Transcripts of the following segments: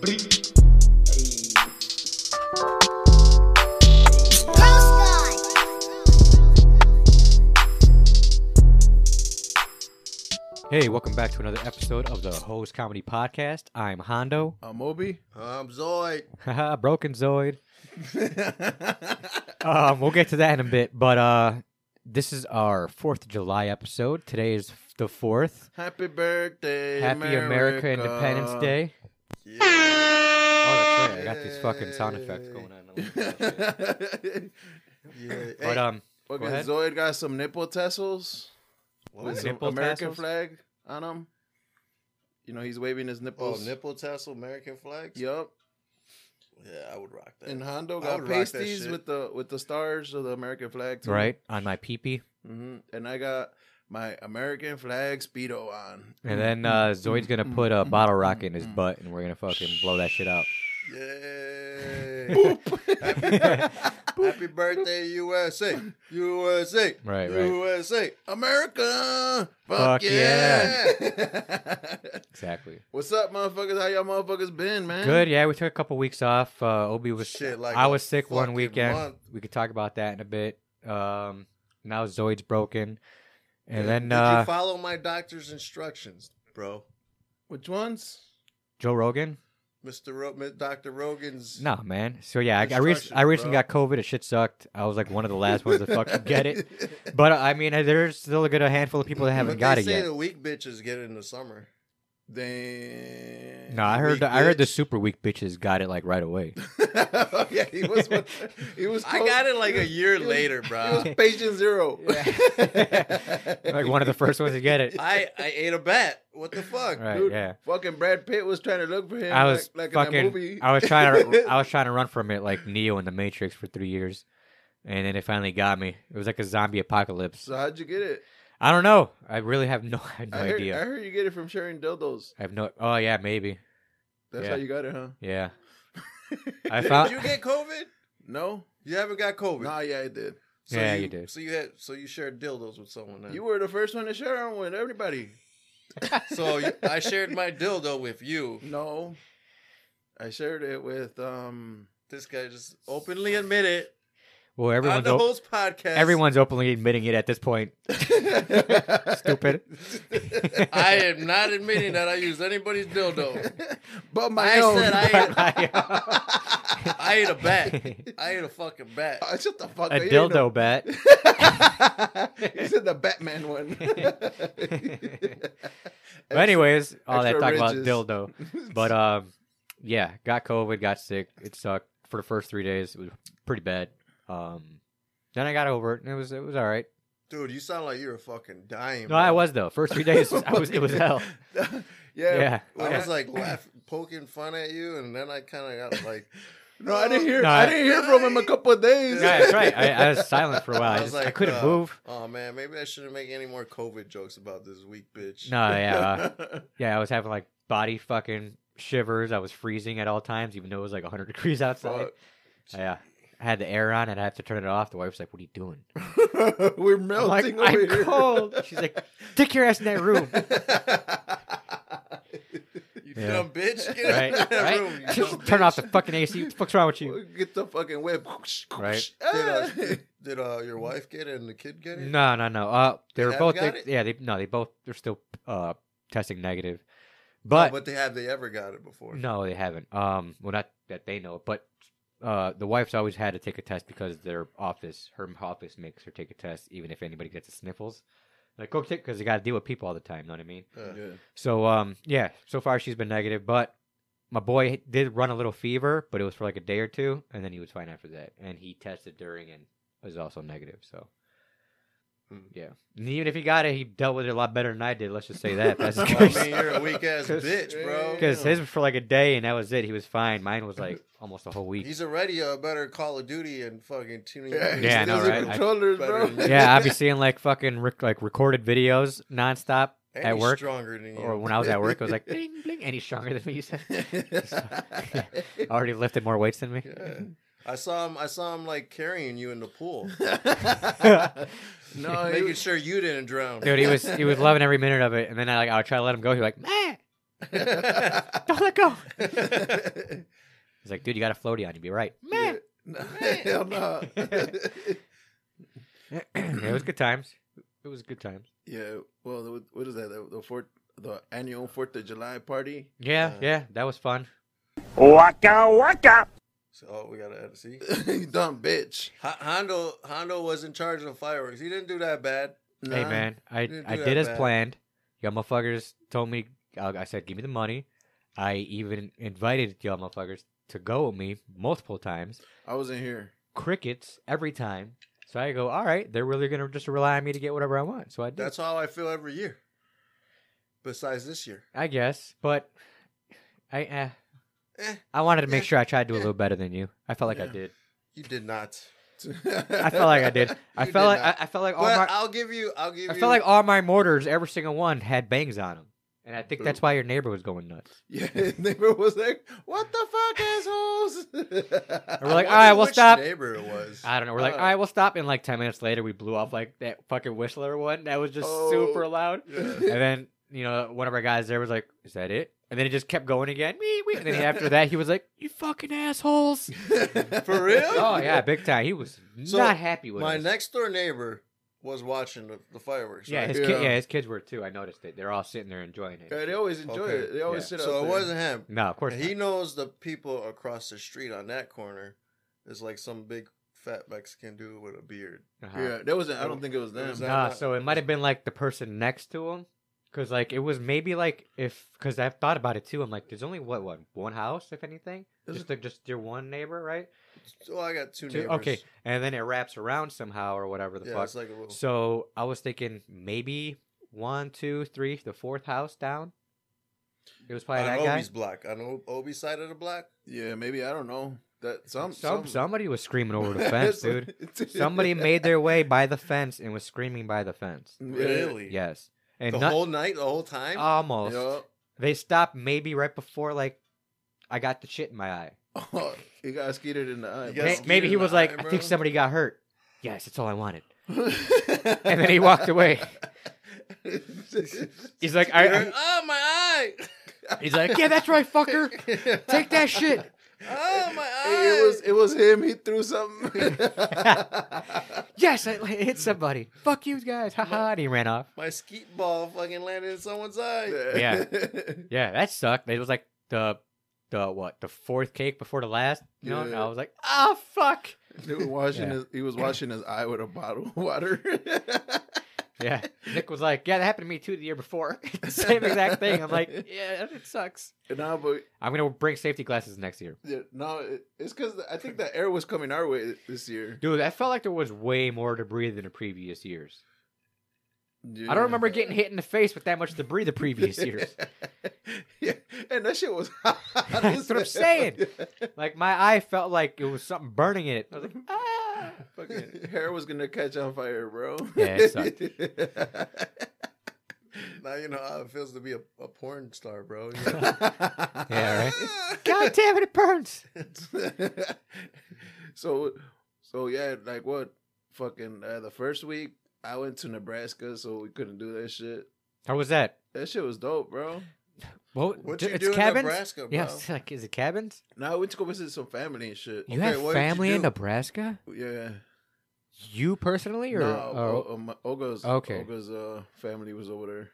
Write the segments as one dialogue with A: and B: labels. A: beat.
B: Hey, welcome back to another episode of the Hose Comedy Podcast. I'm Hondo,
C: Uh, Moby?
A: I'm Zoid.
B: haha, Broken Zoid. Um, we'll get to that in a bit, but uh, this is our Fourth of July episode. Today is the fourth.
C: Happy birthday,
B: Happy America, Independence Day. Oh, that's right. I got these fucking sound effects going on. I love that shit.
A: Yeah.
B: But um, Go
C: Fucking
B: ahead.
C: Zoid got some nipple tassels
B: Ooh,
C: with some
B: nipple
C: American
B: tassels?
C: flag on them. You know, he's waving his
A: oh,
C: nipples.
A: nipple tassel, American flags.
C: Yup.
A: Yeah, I would rock that.
C: And Hondo
A: I
C: got
A: would rock that
C: pasties
A: shit.
C: with the with the stars of the American flag. too.
B: right on my peepee,
C: hmm And I got my American flag speedo on.
B: and then uh, Zoid's gonna put a bottle rocket in his butt, and we're gonna fucking blow that shit out.
A: Yay! Happy, happy birthday, USA, USA,
B: Right, right.
A: USA.
C: America, fuck,
B: Fuck
C: yeah!
B: yeah. Exactly.
C: What's up, motherfuckers? How y'all motherfuckers been, man?
B: Good. Yeah, we took a couple weeks off. Uh, Obi was
A: Shit, like
B: I
A: a
B: was sick one
A: fucking
B: weekend.
A: month.
B: We could talk about that in a bit. Um, now Zoid's broken, and then
A: Did
B: uh,
A: you follow my doctor's instructions, bro?
C: Which ones?
B: Joe Rogan.
A: Mr. Ro- Dr. Rogan's.
B: No, man. So yeah, I, I, rec- I
A: Instructions,
B: recently
A: bro.
B: got COVID. It shit sucked. I was like one of the last ones to fucking get it. But uh, I mean, uh, there's still a good handful of people that haven't
A: But
B: got
A: they
B: it
A: say
B: yet.
A: the weak bitches get it in the summer.
C: Damn.
B: No, I heard
A: weak
B: the, I heard the
A: bitch.
B: super weak bitches got it like right away.
C: oh, yeah, he was. one- He was.
A: I
C: close-
A: got it like a year
C: was-
A: later,
C: He was
A: bro.
C: patient zero.
B: like one of the first ones to get it.
A: I, I ate a bat. What the fuck?
B: Right?
C: Dude,
B: yeah.
C: Fucking Brad Pitt was trying to look for him.
B: I was
C: like, like in that
B: fucking.
C: movie.
B: I was trying to. I was trying to run from it like Neo in the Matrix for three years, and then it finally got me. It was like a zombie apocalypse.
C: so how'd you get it?
B: I don't know. I really have no, I have no
C: I, heard,
B: idea.
C: I heard you get it from sharing dildos.
B: I have no. Oh yeah, maybe.
C: That's
B: Yeah.
C: how you got it, huh?
B: Yeah. I
A: Did
B: found.
A: you get COVID?
C: No.
A: You haven't got COVID.
C: Nah, yeah, I did.
A: So
B: Yeah, you did.
A: So you had so you shared dildos with someone. Then.
C: You were the first one to share them with everybody.
A: so you, I shared my dildo with you.
C: No, I shared it with um.
A: This guy just openly admitted
B: well,
C: uh,
A: on
B: everyone's
A: the
B: op-
A: host podcast.
B: everyone's openly admitting it at this point. Stupid.
A: I am not admitting that I used anybody's dildo.
C: but my
A: I
C: own.
A: said I ate,
B: a
A: I ate a bat. I ate a fucking bat.
C: Oh, shut the fuck up. You ain't
B: dildo bat.
C: no- You said the Batman one.
B: But anyways, all that
C: extra
B: talk about
C: ridges.
B: dildo. But um, yeah, got COVID, got sick. It sucked for the first three days. It was pretty bad. Um, then I got over it, and it was it was all right.
A: Dude, you sound like you were fucking dying.
B: No, I
A: bro.
B: was though. First three days, I was it was hell.
C: yeah.
B: Yeah.
A: I was like laugh, poking fun at you, and then I kind of got like,
C: No, I didn't hear.
B: No,
C: I
B: I-
C: didn't hear from him a couple of days.
B: Yeah, that's right. I, I was silent for a while. I,
A: I was
B: just, I
A: like,
B: couldn't
A: uh,
B: move.
A: "Oh man, maybe I shouldn't make any more COVID jokes about this weak bitch."
B: No, yeah, uh, yeah. I was having like body fucking shivers. I was freezing at all times, even though it was like 100 degrees outside.
C: Fuck.
B: Yeah, I had the air on, and I had to turn it off. The wife's like, "What are you doing?"
C: We're
B: I'm like,
C: melting over
B: "I'm
C: here.
B: cold." She's like, "Stick your ass in that room."
A: you
B: Yeah.
A: dumb bitch. Get
B: right,
A: out of that
B: right.
A: room. You
B: Just
A: dumb
B: turn off the
A: bitch.
B: fucking AC. What the fuck's wrong with you?
C: Get the fucking whip.
B: Right.
A: Did, uh,
C: Ah.
A: did, did, uh, your wife get it and the kid get it?
B: No, no, no. Uh, they were
A: haven't
B: both.
A: got
B: they-
A: it?
B: yeah, they no, they both. They're still uh testing negative,
A: Oh,
B: but
A: but they have they ever got it before?
B: no, they haven't. Um, well, not that they know, but uh, the wife's always had to take a test because their office, her office, makes her take a test, even if anybody gets the sniffles. Like, go take because they got to deal with people all the time. You know what I mean?
A: Uh,
C: Yeah.
B: So um yeah, so far she's been negative, but my boy did run a little fever, but it was for like a day or two, and then he was fine after that. And he tested during and was also negative. So
A: Hmm.
B: yeah, and even if he got it, he dealt with it a lot better than I did. Let's just say that. That's
C: Well,
A: Well,
B: because
A: I mean, you're a weak ass
B: 'Cause-
A: bitch, bro.
B: because his was for like a day, and that was it. He was fine. Mine was like almost a whole week.
A: He's already a better Call of Duty and fucking tuning.
C: Yeah,
A: He's
B: Yeah, I
C: those
B: know,
C: are
A: still-
B: right? I-
C: Controllers, bro.
A: Better than-
B: Yeah, I'll be seeing like fucking rec- like recorded videos nonstop
A: and
B: at
A: he's
B: work,
A: stronger than you.
B: or when I was at work, it was like bling bling, and he's stronger than me. He said, already lifted more weights than me.
A: Yeah. I saw him. I saw him like carrying you in the pool,
C: no, he
A: making
C: was-
A: sure you didn't drown.
B: Dude, he was he was loving every minute of it, and then I like I would try to let him go. He was like, man, don't let go. like, dude, you got a floaty on. You'd be right.
C: Yeah. No, hell no.
B: it was good times. It was good times.
C: yeah. Well, the- what is that? The, the fourth, the annual Fourth of July party.
B: Yeah,
A: Uh,
B: yeah, that was fun.
D: Waka waka.
A: So oh, we gotta add- see.
C: you dumb bitch.
A: H- Hondo Hondo was in charge of the fireworks. He didn't do that bad.
B: Hey
C: Nah.
B: man, I
A: didn't
B: I
A: do
B: did
A: that
B: as
A: bad.
B: planned. Y'all motherfuckers told me. Uh, I said, give me the money. I even invited y'all motherfuckers to go with me multiple times.
C: I wasn't here.
B: Crickets every time. So I go, all right, they're really gonna just rely on me to get whatever I want. So I did.
A: That's how I feel every year. Besides this year,
B: I guess, but I eh.
A: Eh.
B: I wanted to make
A: Eh.
B: sure I tried to do a
A: Eh.
B: little better than you. I felt like I
A: Yeah.
B: did.
A: you did not.
B: I felt like I did. I
A: You
B: felt like
A: did
B: I,
A: not.
B: I felt like all
A: But
B: my
A: I'll give you. I'll give
B: I
A: you.
B: felt like all my mortars, every single one, had bangs on them, and I think that's why your neighbor was going nuts.
C: Yeah, his neighbor was like, "What the fuck, assholes?"
B: And we're like,
A: wonder
B: all right, we'll
A: which
B: stop.
A: Neighbor it was.
B: I don't know. We're like,
A: Uh,
B: all right, we'll stop. And like ten minutes later, we blew off like that fucking Whistler one that was just
C: Oh.
B: super loud.
A: Yeah.
B: And then you know one of our guys there was like, "Is that it?" And then it just kept going again. Wee, wee. And then after that, he was like, "You fucking assholes!"
A: For real?
B: oh yeah, big time. He was
A: So,
B: not happy with
A: My
B: us.
A: next door neighbor was watching the, the fireworks.
B: Yeah,
A: right?
B: his Kid,
C: Yeah.
B: yeah, his kids were too. I noticed it. They're all sitting there enjoying it.
C: Yeah, they always enjoy
A: Okay.
C: it. They always
B: Yeah.
C: sit
A: So
C: out
A: it
C: there.
A: wasn't him.
B: no, of course
A: He
B: not.
A: knows the people across the street on that corner is like some big fat Mexican dude with a beard.
B: Uh-huh.
C: Yeah, there wasn't. I don't think it was
A: It
C: them.
A: was
B: Nah,
A: that not-
B: so it might have been like the person next to him, because like it was maybe like if because I've thought about it too. I'm like, there's only what one one house if anything.
C: There's
B: Just like, just your one neighbor, right?
A: So I got two
B: Two-
A: neighbors.
B: okay, and then it wraps around somehow or whatever the
A: Yeah,
B: fuck.
A: it's like a little.
B: so I was thinking maybe one, two, three, the fourth house down. It was probably
A: on
B: that guy.
A: Obi's block, on O- Obi's side of the block.
C: Yeah, maybe I don't know. That some
B: Some,
C: some,
B: somebody was screaming over the fence, dude. Somebody made their way by the fence and was screaming by the fence.
C: Yeah.
A: Really?
B: Yes. Uh, And
A: The
B: not- Oh,
A: whole night, the whole time.
B: almost.
C: Yup.
B: They stopped maybe right before like I got the shit in my eye.
C: Oh, he got skeeted in the eye.
A: You
B: May-
A: got skeeted
B: maybe he
A: in the
B: was like,
A: eye,
B: I
A: bro."
B: think somebody got hurt. Yes, that's all I wanted.
C: bro.
B: And then he walked away. He's like, I,
A: You're-
B: I-
A: oh my eye!
B: he's like, yeah, that's right, fucker. Take that shit.
A: Oh my
C: Hey,
A: eye!
C: It was it was him. He threw something.
B: Yes, I hit somebody. Fuck you guys. Ha ha. And he ran off.
A: my skeet ball fucking landed in someone's eye.
B: Yeah. Yeah, that sucked. It was like the the what the fourth cake before the last. You know, and
C: Yeah.
B: I was like, ah, fuck.
C: They were washing
B: Yeah.
C: his, he was washing his eye with a bottle of water.
B: Yeah. Nick was like, Yeah, that happened to me too the year before. Same exact thing. I'm like, Yeah, it sucks.
C: And now, but
B: I'm gonna bring safety glasses next year.
C: yeah, no, it, it's because I think the air was coming our way this year.
B: Dude, I felt like there was way more debris than the previous years. I
C: Yeah.
B: don't remember getting hit in the face with that much debris the previous years.
C: yeah, and that shit was. hot
B: That's
C: as
B: what I'm
C: hell.
B: saying. Like my eye felt like it was something burning in it. I was like, ah
C: Fucking hair was gonna catch on fire, bro.
B: Yeah, it sucked.
A: Now you know how it feels to be a, a porn star, bro. You know?
B: Yeah, right. God damn it, it burns.
C: so, so yeah, like what? Fucking uh, the first week, I went to Nebraska, so we couldn't do that shit.
B: How was that?
C: That shit was dope, bro.
B: Well,
A: What
B: d-
A: you
B: it's
A: do in
B: cabins?
A: Nebraska, bro?
B: Yeah, it's like is it cabins?
C: Now I went to go visit some family and shit.
B: You
A: Okay,
B: have
A: what did you
B: family in
A: do?
B: Nebraska?
C: Yeah.
B: You personally or
C: no,
B: oh,
C: O- um, Olga's
B: Okay.
C: Olga's uh, family was over there.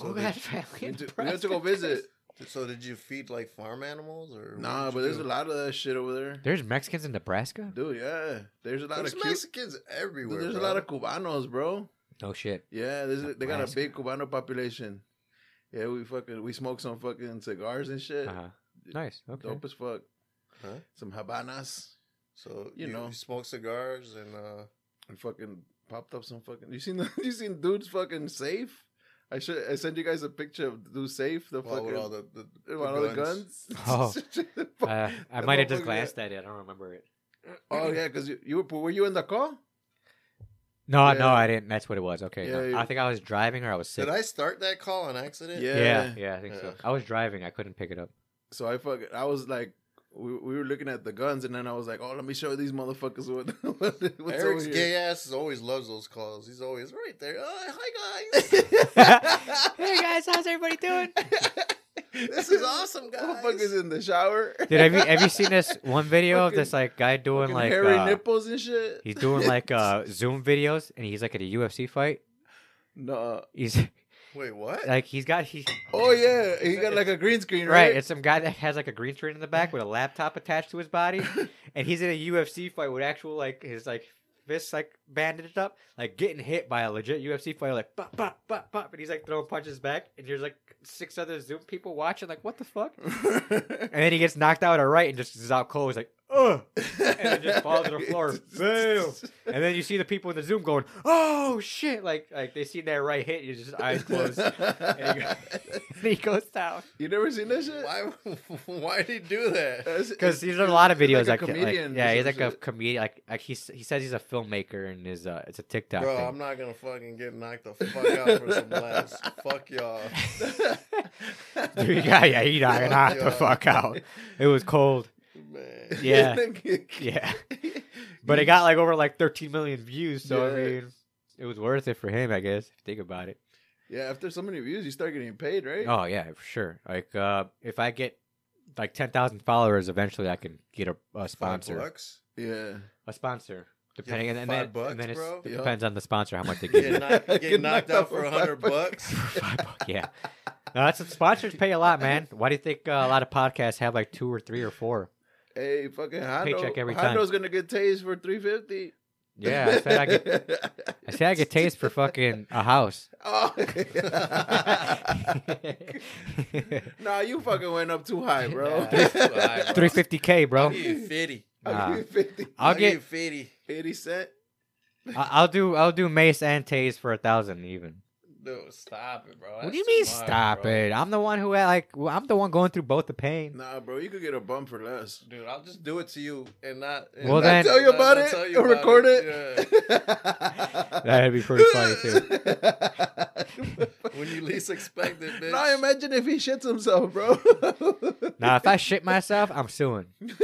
B: oh,
C: they-
B: God, family
C: we,
B: in
C: had to, we had to go
B: Nebraska.
C: visit.
A: So did you feed like farm animals or? what
C: Nah,
A: did
C: but
A: you
C: there's
A: do?
C: a lot of that shit over there,
B: There's Mexicans in Nebraska?
C: dude. Yeah, there's a lot
A: There's
C: of cute,
A: Mexicans everywhere.
C: there's
A: bro.
C: a lot of Cubanos, bro.
B: No shit.
C: Yeah, there's a, they got a
B: Nebraska.
C: big Cubano population. Yeah, we fucking we smoke some fucking cigars and shit.
B: Uh-huh. Nice. Okay.
C: Dope as fuck.
A: Huh?
C: Some Habanas
A: So
C: you
A: you,
C: know.
A: know, smoke cigars and uh,
C: and fucking popped up some fucking. You seen the, you seen dude's fucking safe? I should I sent you guys a picture of dude's safe. The
A: well,
C: fucking
A: with all the, the,
C: with all the guns.
B: Oh. Uh, I
C: That
B: might have just
C: motherfucker-
B: glanced at it. I don't remember it.
C: Oh yeah, because you, you were were you in the car?
B: No,
C: Yeah.
B: no, I didn't. That's what it was. Okay. no.
C: Yeah, you-
B: I think I was driving or I was sick.
A: Did I start that call on accident?
C: Yeah.
B: Yeah. yeah, I think so.
A: Yeah.
B: I was driving. I couldn't pick it up.
C: So I fuck. I was like, we, we were looking at the guns, and then I was like, oh, let me show these motherfuckers what, what what's
A: Eric's
C: over
A: gay
C: here.
A: ass is always loves those calls. He's always right there. Oh, hi guys.
B: hey guys, how's everybody doing?
A: This is awesome, guys.
C: Motherfuckers in the shower.
B: Dude, have you have you seen this one video of this like guy doing
C: Fucking
B: like
C: hairy
B: uh,
C: nipples and shit.
B: he's doing like uh Zoom videos and he's like at a UFC fight.
C: no.
B: He's
A: Wait, what?
B: like he's got he
C: Oh yeah, he got like a green screen,
B: right.
C: right?
B: It's some guy that has like a green screen in the back with a laptop attached to his body, and he's in a UFC fight with actual like his like fists like bandaged up, like getting hit by a legit UFC fighter, like pop pop pop pop, and he's like throwing punches back, and there's like six other Zoom people watching, like what the fuck? And then he gets knocked out a right and just is out cold. He's like, ugh. And it just falls to the floor. Boom. And then you see the people in the Zoom going, "Oh shit!" Like like they see that right hit, you just eyes closed, and he, go- and he goes down.
C: you never seen that shit?
A: why? Why did he do that?
C: That's-
B: Because there's a lot of videos
C: He's
B: like,
C: like a
B: that, like,
C: comedian
B: yeah,
C: or
B: he's
C: some
B: like a
C: shit.
B: comedian. Like like he he says he's a filmmaker and is uh it's a TikTok
A: Bro,
B: thing.
A: I'm not gonna fucking get knocked the fuck out for some laughs. Fuck y'all.
B: Dude, yeah, yeah, he knocked, knocked the
A: Yeah.
B: fuck out. It was cold.
A: Man.
B: Yeah.
C: yeah.
B: Yeah, but it got like over like 13 million views. So I
C: Yeah.
B: mean, it was worth it for him, I guess. If you think about it.
C: After so many views, you start getting paid, right?
B: Oh yeah, for sure. Like uh, if I get like ten thousand followers, eventually I can get a, a
A: Five
B: sponsor.
A: bucks?
C: Yeah.
B: A sponsor, depending and, and
A: five
B: then,
A: bucks,
B: and then it's,
A: bro?
B: it
C: Yeah.
B: depends on the sponsor how much they give.
A: Get,
B: you.
A: knocked, get,
C: Get
A: knocked,
C: knocked
A: out
C: out
A: for
C: for
A: a
C: five
A: hundred bucks.
B: Five bucks, yeah. No, that's what sponsors pay a lot, man. Why do you think uh, a lot of podcasts have like two or three or four?
C: Hey, fucking Hondo.
B: Paycheck every time.
C: Hondo's gonna get tased for three fifty.
B: Yeah, I said I get, I said I get taste for fucking a house.
C: Oh.
B: Three
C: nah, you fucking went up too high, bro.
A: Nah, that's too high, bro.
B: fifty k, bro.
A: I'll give you fifty.
C: I'll give you 50,
B: I'll
A: give
B: get,
A: you fifty.
C: 80 cent.
B: I- I'll do, I'll do Mace and Taze for a thousand even.
A: Dude, stop it, bro.
B: What do
A: That's
B: you
A: too
B: mean
A: much,
B: stop
A: bro.
B: it? I'm the one who like well, I'm the one going through both the pain.
C: Nah, bro, you could get a bump for less.
A: Dude, I'll just do it to you and not. And
B: Well,
A: not
B: then-
C: tell you
A: not-
C: about
A: not
C: it
A: tell you
C: or
A: about
C: record it.
A: Yeah.
B: That'd be pretty funny too.
A: When you least expect it, bitch.
C: Now imagine if he shits himself, bro.
B: Now if I shit myself, I'm suing.
A: You're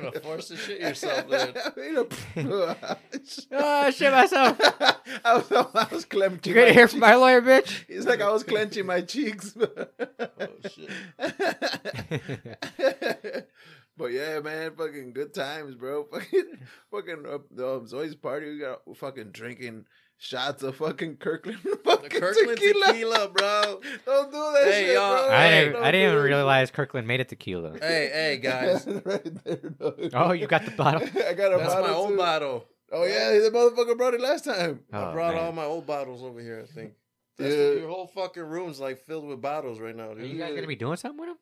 A: gonna force the shit yourself, dude.
B: Oh, I shit myself.
C: I was, I was clenching.
B: You gonna
C: my
B: hear from
C: cheeks.
B: my lawyer, bitch?
C: It's like I was clenching my cheeks.
A: Oh shit.
C: but yeah, man, fucking good times, bro. Fucking, fucking uh, the um, Zoe's party. We got fucking drinking shots of fucking Kirkland,
A: The
C: fucking
A: Kirkland
C: tequila.
A: tequila, bro.
C: Don't do that
A: Hey,
C: shit,
A: y'all,
C: bro.
B: I
A: Hey,
B: didn't, I didn't even realize Kirkland made it tequila.
A: Hey, hey, guys.
C: right there, dog.
B: Oh, you got the bottle.
C: I got a
A: That's
C: bottle
A: my own
C: too.
A: bottle.
C: Oh yeah, the motherfucker brought it last time.
B: Oh,
A: I brought
B: man.
A: all my old bottles over here. I think. That's
C: Yeah.
A: Your whole fucking room's like filled with bottles right now,
B: Are you
A: dude.
B: guys gonna be doing something with them?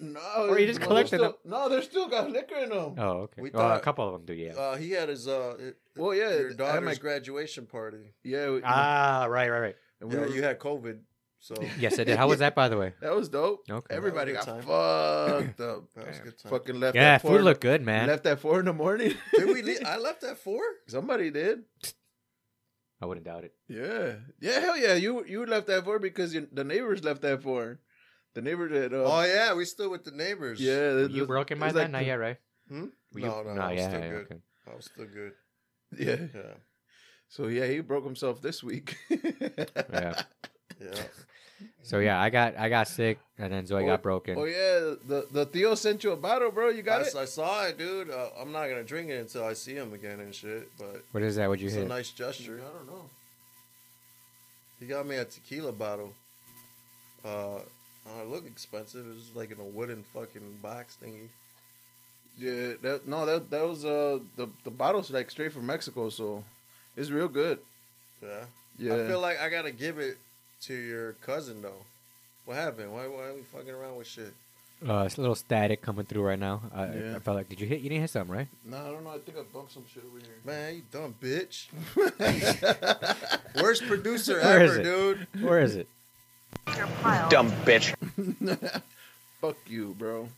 C: No,
B: Or you just
C: no,
B: collected
C: they're still- No, there's still got liquor in them.
B: Oh, okay.
A: We
B: well, a
A: thought-
B: couple of them do, yeah.
A: Uh, he had his uh, it-
C: Well, yeah,
A: your
C: I had
A: daughter's
C: my-
A: graduation party.
C: yeah, we-
B: ah, right, right, right.
C: and we
A: Yeah,
C: were-
A: you had COVID, so
B: Yes, I did. How was that, by the way?
C: that was dope.
B: Okay.
C: Everybody
A: That
C: got
A: was a good
C: fucked up.
A: that was a good time.
C: Fucking left.
B: Yeah,
C: at
B: food
C: four,
B: looked good, man.
C: Left at four in the morning.
A: Did we? Leave? I left at four.
C: Somebody did.
B: I wouldn't doubt it.
C: Yeah, yeah, hell yeah. You you left at four because you, the neighbors left at four. The neighbor did. Uh,
A: Oh yeah, we still with the neighbors.
C: yeah,
B: Were
C: it
B: you
C: was-
B: broken
C: it
B: by
C: was
B: that?
C: like
B: Not
C: the-
B: yet, right?
A: Hmm?
B: Were you-
A: No, no, I was
B: yeah,
A: still
B: yeah,
A: good.
B: okay.
A: I was still good.
C: Yeah.
A: Yeah,
C: So yeah, he broke himself this week.
B: Yeah.
A: yeah.
B: So yeah, I got I got sick, and then Zoe
C: Oh,
B: got broken.
C: Oh yeah, the the Theo sent you a bottle, bro. You got
A: I,
C: it.
A: I saw it, dude. Uh, I'm not gonna drink it until I see him again and shit. But
B: What is that? Would you
A: it's a
B: hit?
A: nice gesture.
C: don't know.
A: He got me a tequila bottle. Uh, uh, it looked expensive. It was like in a wooden fucking box thingy.
C: Yeah, that no, that that was uh the the bottle's like straight from Mexico, so it's real good.
A: Yeah.
C: Yeah,
A: I feel like I gotta give it to your cousin though. What happened? Why? Why are we fucking around with shit?
B: Uh, it's a little static coming through right now. I, I-
C: Yeah.
B: I felt like, did you hit? You didn't hit something, right?
C: no, I don't know. I think I bumped some shit over here.
A: Man, you dumb bitch. Worst producer
B: Where is
A: ever,
B: it?
A: dude.
B: Where is it?
D: Dumb bitch.
C: Fuck you, bro.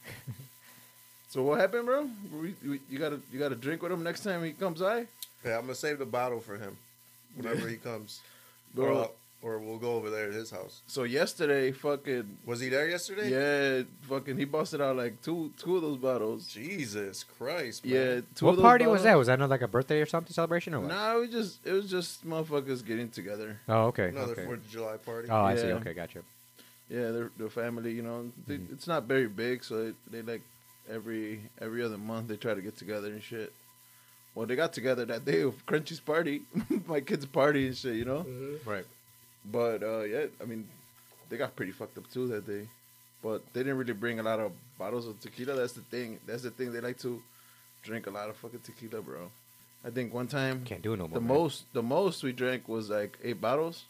C: so what happened, bro? We, we, you gotta you gotta drink with him next time he comes by,
A: Yeah, I'm gonna save the bottle for him whenever he comes.
C: bro.
A: Or, or we'll go over there to his house.
C: So yesterday, fucking
A: Was he there yesterday?
C: yeah, fucking he busted out like two two of those bottles.
A: Jesus Christ, man.
C: Yeah, two
B: what
C: of those
B: party was that?
C: bottles.
B: Was that not like a birthday or something celebration or what?
C: Nah, it was just it was just motherfuckers getting together.
B: Oh, okay.
A: Another
B: okay.
A: Fourth of July party.
B: Oh, I see.
C: Yeah.
B: Okay, gotcha.
C: Yeah, their their family, you know, they,
B: Mhm.
C: it's not very big, so it, they like every every other month they try to get together and shit. Well, they got together that day of Crunchy's party, my kid's party and shit, you know.
B: Right.
C: But uh, yeah, I mean, they got pretty fucked up too that day. But they didn't really bring a lot of bottles of tequila. That's the thing. That's the thing. They like to drink a lot of fucking tequila, bro. I think one time
B: Can't do it no more.
C: the
B: man.
C: most the most we drank was like eight bottles.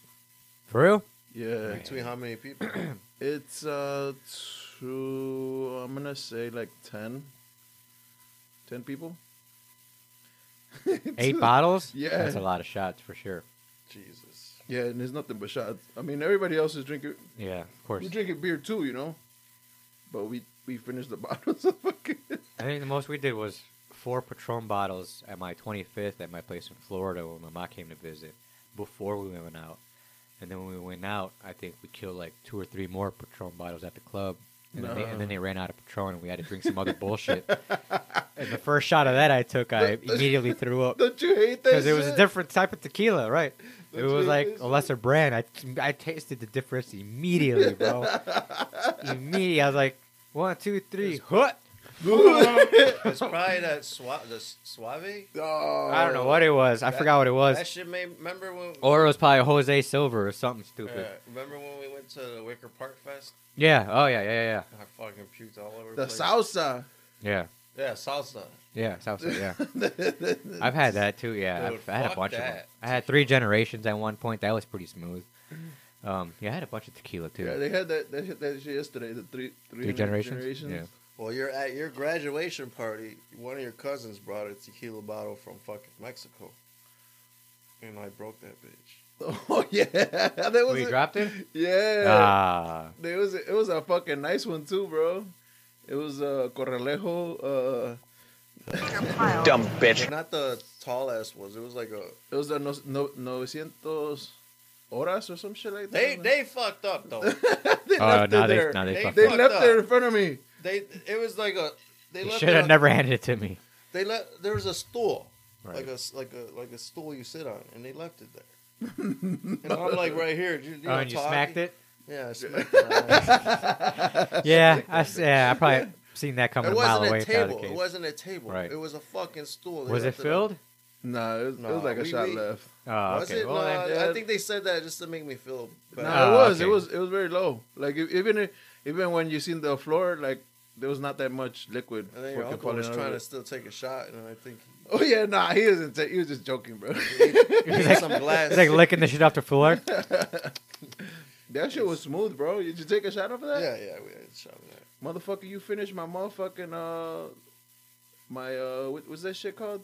B: For real?
C: Yeah,
A: Between how many people?
C: it's uh two. I'm gonna say like ten. Ten people.
B: Eight bottles?
C: Yeah.
B: That's a lot of shots for sure.
A: Jesus.
C: Yeah, and there's nothing but shots. I mean, everybody else is drinking
B: Yeah, of course.
C: We drinking beer too, you know. But we we finished the bottles of fucking.
B: I think the most we did was four Patron bottles at my 25th at my place in Florida when my mom came to visit before we went out. And then when we went out, I think we killed like two or three more Patron bottles at the club. And, then, they, and then they ran out of Patron and we had to drink some other bullshit. And the first shot of that I took, I immediately threw up.
C: Don't you hate that?
B: Because it was a
C: shit?
B: different type of tequila, right? It
C: That's
B: was
C: what it
B: like
C: is.
B: a lesser brand. I, I tasted the difference immediately, bro. immediately, I was like, one, two, three, what?
A: It's probably that suave. The suave.
C: Oh,
B: I don't know what it was. I forgot what it
A: That
B: was.
A: shit made. Remember when?
B: Or it was probably Jose Silver or something
A: uh,
B: stupid.
A: remember when we went to the Wicker Park Fest?
B: Yeah. Oh yeah. Yeah. Yeah.
A: I fucking puked all over
C: Oh, The
A: place.
C: salsa.
B: Yeah.
A: Yeah, salsa.
B: Yeah. Southside. Yeah. I've had that too. Yeah.
A: Dude,
B: I've, I had a
A: fuck
B: bunch of them.
A: that.
B: I had three generations at one point. That was pretty smooth. Um. Yeah. I had a bunch of tequila too.
C: Yeah, they had that that shit, that shit yesterday. The three
B: three generations.
A: Well, you're at your graduation party. One of your cousins brought a tequila bottle from fucking Mexico, and I broke that bitch.
C: Oh yeah, that
B: Yeah.
C: was.
B: We
C: a-
B: Oh, dropped it.
C: Yeah,
B: Ah.
C: it was it was a fucking nice one too, bro. It was uh, Corralejo. Uh,
D: Dumb bitch.
A: But not the tall ass ones. It was like a
C: it was the no, no, 900 horas or some shit like that.
A: they they fucked up though.
C: they
B: Oh,
C: left
B: now they-
C: it there.
B: now they fucked
C: they
A: up.
C: left there in front of me.
A: They it was like a they
B: You
A: left
B: should
A: it
B: have
A: on-
B: never handed it to me.
A: They let there was a stool
B: Right.
A: like a s- like a like a stool you sit on, and they left it there. and I'm like right here. You, you
B: oh,
A: know,
B: and you
A: talking.
B: smacked it.
A: Yeah, I smacked it.
B: Yeah. I, s- yeah. I probably seen that coming
A: it
B: a mile
A: wasn't
B: away.
A: a
B: If that was
A: table.
B: the case.
A: It wasn't a table.
B: Right.
A: It was a fucking stool. They
B: Was it
A: left on-
B: filled?
C: Nah, it was, it
A: Nah,
C: was like a
A: we-
C: shot
A: we-
C: left.
B: Oh,
A: Was
B: okay.
A: it?
B: Well, then-
A: No,
C: then-
A: I think they said that just to make me feel
C: No,
A: better.
B: Nah.
C: it was.
B: Ah, okay.
C: It was. It was very low. Like if, even if, even when you seen the floor, like there was not that much liquid.
A: And then your
C: fucking
A: uncle was
C: falling
A: trying to
C: out of
A: still take a shot, and I think
C: it. Oh yeah, nah, he isn't. T- he was just joking, bro.
A: he ate some glass.
B: It's like licking the shit off the floor.
C: that shit was smooth, bro. Did you take a shot off of
A: yeah,
C: that?
A: yeah, we had a shot of that.
C: motherfucker, you finished my motherfucking uh, my uh, what was that shit called?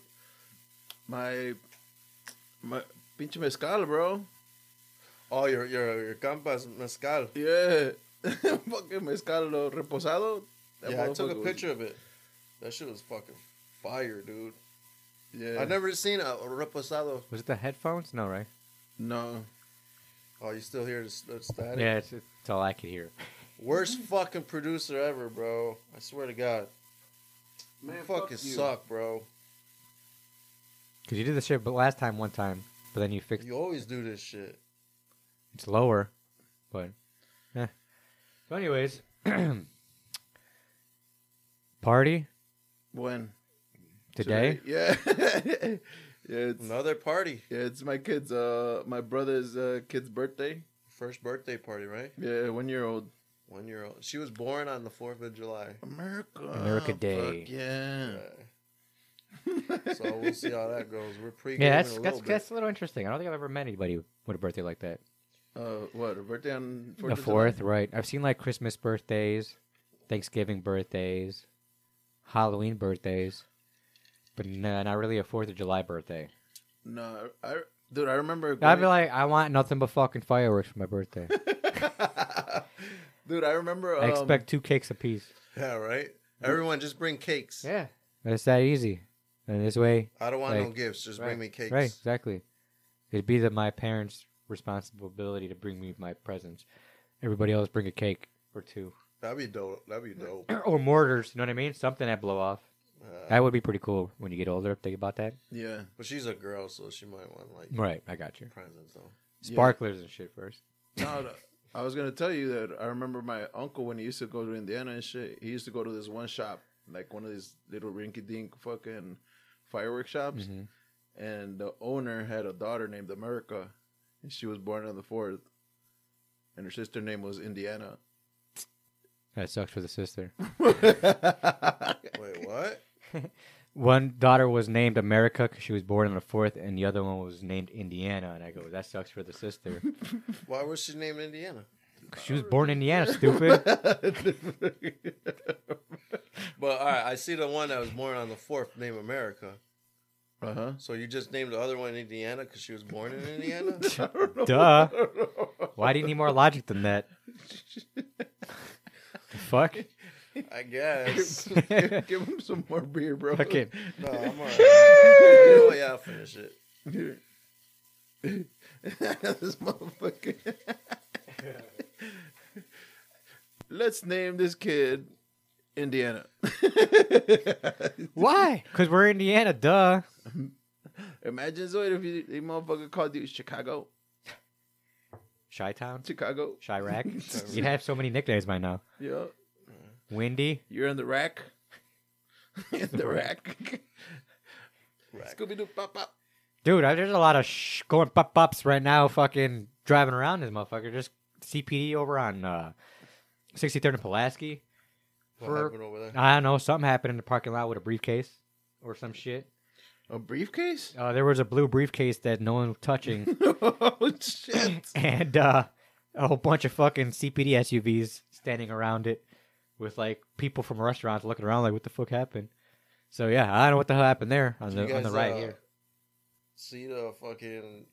C: My my pinche mezcal, bro.
A: Oh, your your your compas mezcal.
C: Yeah, fucking mezcal lo reposado. That
A: yeah, I took a
C: motherfucker was-
A: picture of it. That shit was fucking fire, dude.
C: yeah,
A: I've never seen a reposado.
B: Was it the headphones? No, right?
C: no.
A: Oh, you still hear this, that static?
B: Yeah, it's, it's all I could hear.
A: Worst fucking producer ever, bro. I swear to God. Man, you fucking suck, bro.
B: Because you did the shit but last time, one time, but then you fixed
A: You always do this shit.
B: it's lower. But, eh. So, anyways, party
C: When
B: today.
C: Yeah, yeah. It's,
A: Another party.
C: yeah, it's my kid's uh, my brother's uh, kid's birthday.
A: First birthday party, right?
C: Yeah, one year old.
A: One year old. She was born on the 4th of July.
C: America,
B: America Day.
C: Fuck yeah.
A: Uh, so we'll see how that goes. We're pre gaming
B: Yeah,
A: a
B: that's
A: little
B: that's,
A: bit.
B: that's a little interesting. I don't think I've ever met anybody with a birthday like that.
C: Uh, what a birthday on
B: the
C: 4th of July?
B: fourth, right? I've seen like Christmas birthdays, Thanksgiving birthdays, Halloween birthdays, but no, not really a Fourth of July birthday.
C: No, I dude, I remember.
B: I'd
C: Going,
B: be like, I want nothing but fucking fireworks for my birthday.
C: dude, I remember. Um,
B: I expect two cakes apiece.
A: Yeah, right? Everyone, just bring cakes.
B: Yeah, it's that easy. And this way,
A: I don't want no
B: Like,
A: gifts. Just
B: right,
A: bring me cakes.
B: right? Exactly. It'd be the my parents' responsibility to bring me my presents. Everybody else bring a cake or two
A: That'd be dope. That'd be dope.
B: or mortars. You know what I mean? Something that blow off.
A: Uh,
B: That would be pretty cool when you get older. Think about that.
C: Yeah,
A: but she's a girl, so she might want like
B: Right, I got you.
A: presents though.
B: Sparklers and shit first.
C: no, no, I was gonna tell you that I remember my uncle when he used to go to Indiana and shit. He used to go to this one shop, like one of these little rinky-dink fucking fireworks shops,
B: Mhm.
C: and the owner had a daughter named America, and she was born on the fourth, and her sister name was Indiana.
B: That sucks for the sister.
A: Wait, what?
B: One daughter was named America because she was born on the fourth, and the other one was named Indiana. And I go, that sucks for the sister.
A: Why was she named Indiana?
B: 'Cause she was born in Indiana, stupid.
C: Uh-huh.
A: But all right, I see the one that was born on the fourth, named America.
C: uh huh.
A: So you just named the other one Indiana because she was born in Indiana.
B: Duh. Why do you need more logic than that? The fuck?
A: I guess.
C: give, give him some more beer, bro.
B: Okay.
A: No, I'm alright. oh yeah, I'll finish it.
C: Here. this motherfucker. Let's name this kid Indiana.
B: Why? Because we're Indiana, duh.
C: Imagine Zoid if you, the motherfucker called you Chicago.
B: Chi Town?
C: Chicago.
B: Chirac? You'd have so many nicknames by now.
C: Yeah.
B: Windy?
C: You're in the rack. in the rack.
A: Rack.
C: Scooby Doo pop pop.
B: Dude, I- there's a lot of sh- going pop pops right now, fucking driving around this motherfucker. Just CPD over on uh, 63rd and Pulaski.
A: What
B: For-
A: happened over there?
B: I don't know, something happened in the parking lot with a briefcase or some shit.
C: A briefcase?
B: Uh, there was a blue briefcase that no one was touching.
C: oh shit.
B: and uh, a whole bunch of fucking CPD SUVs standing around it with like people from restaurants looking around like, what the fuck happened? So yeah, I don't know what the hell happened there on
A: Did
B: the
A: you
B: on the
A: guys,
B: right
A: uh,
B: here.
A: See the fucking.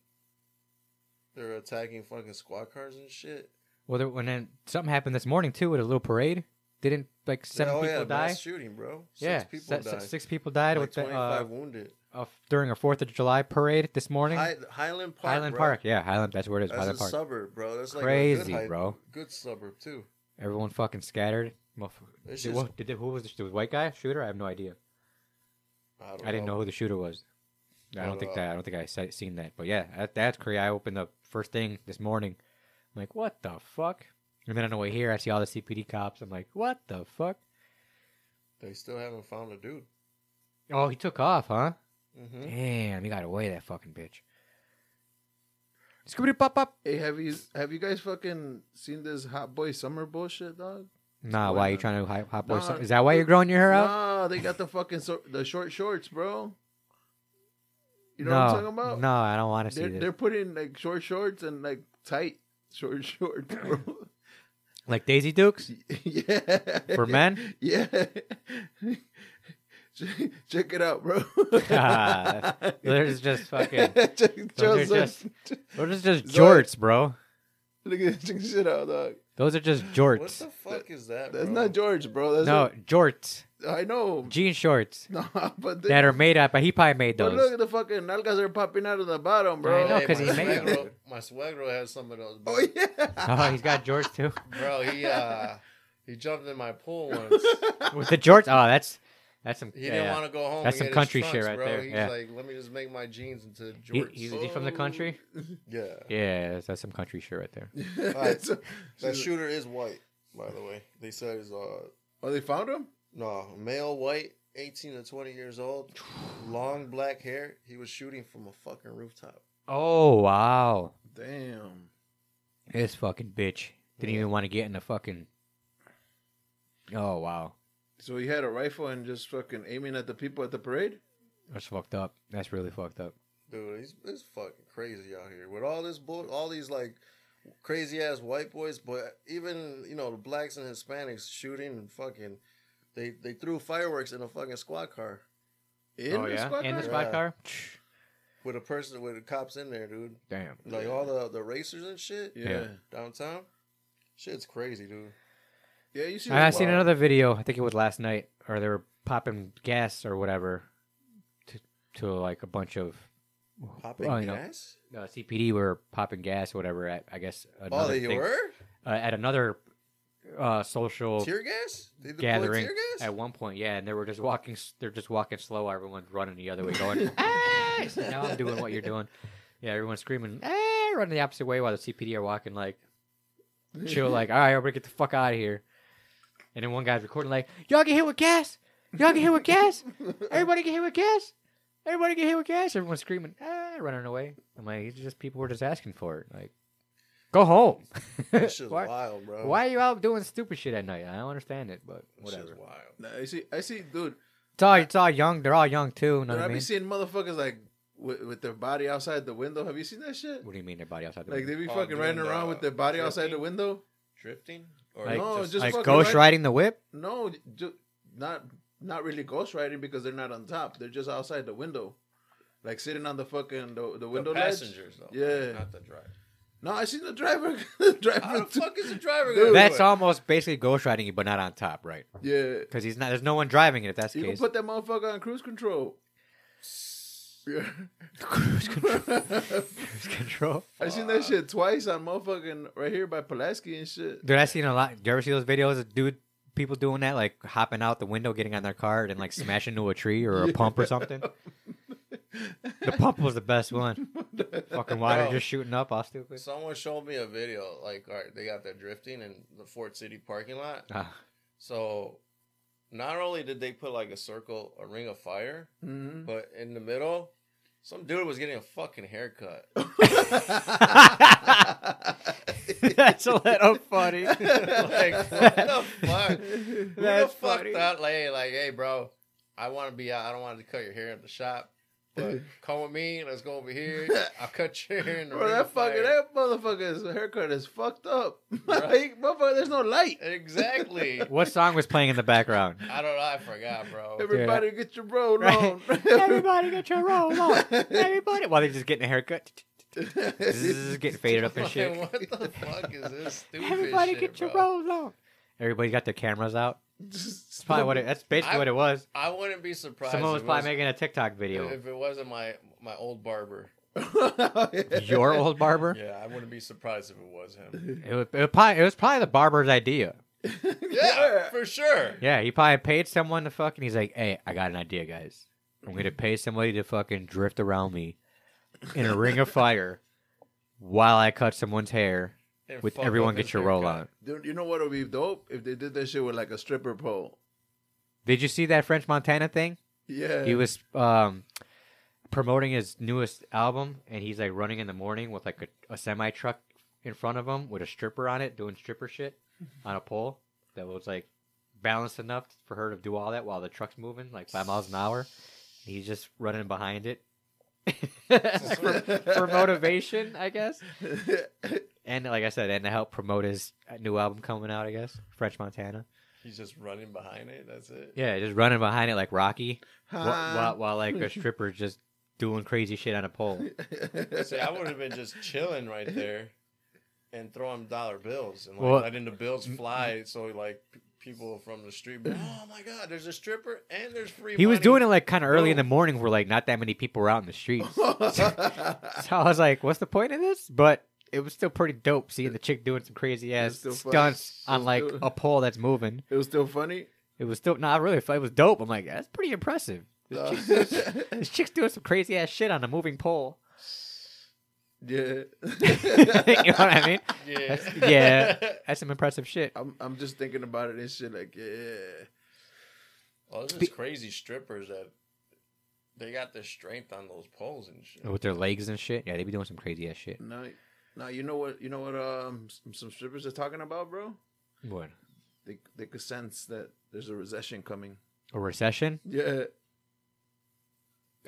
A: They're attacking fucking squad cars and shit.
B: Well, there, and then something happened this morning too with a little parade. Didn't like seven
A: oh,
B: people
A: yeah,
B: die?
A: Mass shooting, bro. Six
B: yeah,
A: people
B: se- se-
A: died.
B: six people died
A: like
B: with the, uh,
A: 25 wounded.
B: of- during a Fourth of July parade this morning.
A: Hi- Highland Park.
B: Highland
A: bro.
B: Park, yeah, Highland. That's where it is.
A: That's
B: Highland
A: a
B: Park.
A: suburb, bro. That's like a
B: Crazy,
A: good, hi-
B: bro.
A: Good suburb too.
B: Everyone fucking scattered. Motherfucker-
A: This
B: Did,
A: is-
B: what, did, who was the, the white guy shooter? I have no idea.
A: I, don't
B: I didn't know who the shooter was. I
A: Not
B: don't
A: at
B: think
A: all.
B: that. I don't think I se- seen that. But yeah, that, that's crazy. I opened up first thing this morning. I'm like, what the fuck? And then on the way here, I see all the CPD cops. I'm like, what the fuck?
A: They still haven't found a dude.
B: Oh, he took off, huh?
C: Hmm?
A: Mm-hmm.
B: Damn, he got away that fucking bitch. Scooby pop up.
C: Hey, have you have you guys fucking seen this hot boy summer bullshit, dog?
B: Nah,
C: Why
B: why are you
C: not?
B: trying to hot, hot boy?
C: Nah,
B: some- Is that why you're growing your hair out?
C: Nah, they got the fucking so, the short shorts, bro. You know
B: no,
C: what I'm talking about?
B: No, I don't want to see
C: they're,
B: this.
C: they're putting like short shorts and like tight short shorts, bro.
B: Like Daisy Dukes?
C: yeah.
B: For men?
C: Yeah. Check- Check it out, bro.
B: Ah, There's just fucking.
C: Check-
B: Those are
C: Joseph,
B: just- Those are just
C: Zoid.
B: jorts, bro.
C: Look at this check this shit out, dog.
B: Those are just
A: What
B: jorts.
A: the fuck is that?
C: That's
A: bro?
C: not George, bro. That's
B: No, jorts.
C: a- I know.
B: Jean shorts
C: No, but they,
B: that are made up. He probably made
C: but look
B: those.
C: at the fucking nalgas are popping out of the bottom, bro.
B: I know,
A: Hey,
B: 'cause
A: my
B: he made
A: suegro- My suegro has some of those. Bro,
C: Oh yeah.
B: Oh, he's got jorts too.
A: bro he uh, he jumped in my pool once.
B: With the jorts. Oh, that's that's some.
A: He
B: yeah,
A: didn't
B: yeah.
A: want to go home.
B: That's
A: and
B: some
A: get his
B: country
A: trunks,
B: shit right
A: bro.
B: there,
A: He's
B: yeah.
A: like, let me just make my jeans into
B: He-
A: jorts.
B: he's- is he from the country?
A: Oh. yeah.
B: Yeah, that's, that's some country shit right there.
A: Alright.
C: So-
A: That shooter is white, by the way. They said he's uh
C: oh, they found him.
A: no male white, eighteen to twenty years old, long black hair. He was shooting from a fucking rooftop.
B: Oh wow,
C: Damn.
B: this fucking bitch didn't even want to get in the fucking. Oh wow,
C: So he had a rifle and just fucking aiming at the people at the parade.
B: that's fucked up. That's really fucked up.
A: Dude, he's it's fucking crazy out here with all this bull, all these like crazy ass white boys. But even you know the blacks and Hispanics shooting and fucking, they they threw fireworks in a fucking squad car
C: In
B: oh
C: the
B: yeah,
C: squad
B: in the
C: car?
B: squad
A: Yeah.
B: car.
A: with a person with the cops in there, dude.
B: Damn.
A: Like all the the racers and shit
C: Yeah. yeah.
B: Yeah.
A: downtown. Shit's crazy, dude.
C: you see.
B: I
C: the-
B: seen
C: wow.
B: another video. I think it was last night, or they were popping gas or whatever to to like a bunch of
A: Popping
B: Well, you know,
A: gas.
B: uh, CPD were popping gas, or whatever. At I guess another
A: Oh, they
B: thing-
A: were
B: uh, at another uh, social
A: tear gas. They deployed
B: gathering
A: tear gas.
B: at one point. Yeah, and they were just walking. s- They're just walking slow. Everyone's running the other way, going. "Ah!" It's like, now I'm doing what you're doing. Yeah, everyone's screaming. Ah! Running the opposite way while the CPD are walking like chill, like, all right, everybody get the fuck out of here. And then one guy's recording, like, y'all get hit with gas. Y'all get hit with gas. Everybody get hit with gas. Everybody get hit with gas. Everyone's screaming, ah, running away. I'm like, it's just people were just asking for it. Like, go home.
A: That shit's
B: why,
A: wild, bro.
B: why are you out doing stupid shit at night? I don't understand it, but
A: That shit's
B: whatever.
A: wild.
C: Nah, I see, I see, dude.
B: It's all, it's all young. They're all young too. Know
C: dude
B: what I
C: I
B: mean?
C: be seeing motherfuckers like with, with their body outside the window. Have you seen that shit?
B: What do you mean everybody outside the
C: Like they
B: window?
C: be
A: Oh,
C: fucking
A: doing
C: running
A: the
C: around with their body outside the
A: drifting?
C: window.
A: Drifting? Or
B: like,
C: No, just
B: like
C: fucking
B: ghost
C: ride-
B: riding the whip?
C: No, ju- not not really ghost riding because they're not on top. They're just outside the window, like sitting on the fucking the, the window
A: the
C: ledge.
A: passengers, though.
C: Yeah.
A: Not the driver.
C: No, I seen the driver. the driver.
A: How the
C: too.
A: fuck is the driver
C: Dude.
A: going
B: That's almost basically ghost riding you, but not on top, right?
C: Yeah,
B: Because he's not. There's no one driving it. If that's the
C: you can
B: case,
C: put that motherfucker on cruise control. Yeah.
B: cruise control. Cruise control.
C: I seen that shit twice on motherfucking right here by Pulaski and shit.
B: Dude, I seen a lot. Do you ever see those videos of dude people doing that, like hopping out the window, getting on their car, and like smashing into a tree or a pump or something? The pump was the best one. Fucking water
A: Bro.
B: just shooting up, all stupid.
A: Someone showed me a video. Like, all right, they got that drifting in the Fort City parking lot.
B: Ah,
A: So, not only did they put like a circle, a ring of fire,
C: Mhm.
A: but in the middle, some dude was getting a fucking haircut.
B: that's a little funny.
A: like, what the fuck? Who
B: That's
A: the fuck
B: funny.
A: thought, like, hey, like, hey, bro, I want to be out. I don't want to cut your hair at the shop. But come with me. Let's go over here. I'll cut your hair in the
C: Bro,
A: ring
C: that
A: of fire.
C: fucking that motherfucker's haircut is fucked up.
A: Bruh.
C: like, motherfucker, there's no light.
A: Exactly.
B: What song was playing in the background?
A: I don't know. I forgot, bro.
C: Everybody get your bro
B: Right.
C: on.
B: Everybody get your roll on. Everybody. While they're just getting a haircut. Zzz, getting faded up and
A: Like,
B: shit.
A: What the fuck is this stupid
B: Everybody
A: shit,
B: get your
A: bro?
B: roll on. Everybody got their cameras out.
C: That's
B: That's probably what it, that's basically
A: I-
B: what it was.
A: I wouldn't be surprised.
B: Someone was
A: if it
B: probably making a TikTok video.
A: if it wasn't my my old barber.
B: Your old barber?
A: Yeah, I wouldn't be surprised if it was him.
B: It, was, it, was probably, it was probably the barber's idea.
A: yeah, for sure.
B: Yeah, he probably paid someone to fucking. He's like, hey, I got an idea, guys. I'm going to
A: Mm-hmm.
B: pay somebody to fucking drift around me in a ring of fire while I cut someone's hair
A: And
B: with
A: fuck
B: everyone
A: up
B: get
A: his
B: your roll
A: haircut.
B: on.
C: Dude, you know what would be dope if they did that shit with like a stripper pole.
B: Did you see that French Montana thing?
C: Yeah,
B: He was um, promoting his newest album, and he's like running in the morning with like a, a semi truck in front of him with a stripper on it doing stripper shit on a pole that was like balanced enough for her to do all that while the truck's moving like five miles an hour. He's just running behind it for, for motivation, I guess. And like I said, and to help promote his new album coming out, I guess French Montana.
A: He's just running behind it. That's it.
B: Yeah, just running behind it like Rocky while,
C: Huh?
B: while, while like a stripper's just doing crazy shit on a pole.
A: See, I would have been just chilling right there and throwing dollar bills and like
B: Well-
A: letting the bills fly. So like p- people from the street, be, oh my god, there's a stripper and there's free.
B: He was
A: money."
B: doing it like kind of early in the morning, where like not that many people were out in the streets. so I was like, "What's the point of this?" But it was still pretty dope seeing the chick doing some crazy ass
C: It's still fun.
B: stunts
C: It's
B: on like
C: still-
B: a pole that's moving.
C: it was still funny.
B: It was still not really. It was dope. I'm like, that's pretty impressive.
C: Uh,
B: This chick's doing some crazy ass shit on a moving pole.
C: yeah,
B: you know what I mean?
A: Yeah.
B: That's- yeah. That's some impressive shit.
C: I'm I'm just thinking about it and shit. Like, yeah,
A: Well, there's just crazy strippers that they got their strength on those poles and shit.
B: With their legs and shit. Yeah, they be doing some crazy ass shit.
C: no, no. You know what? You know what? Um, some, some strippers are talking about, bro.
B: What?
C: They they could sense that there's a recession coming.
B: A recession?
C: Yeah.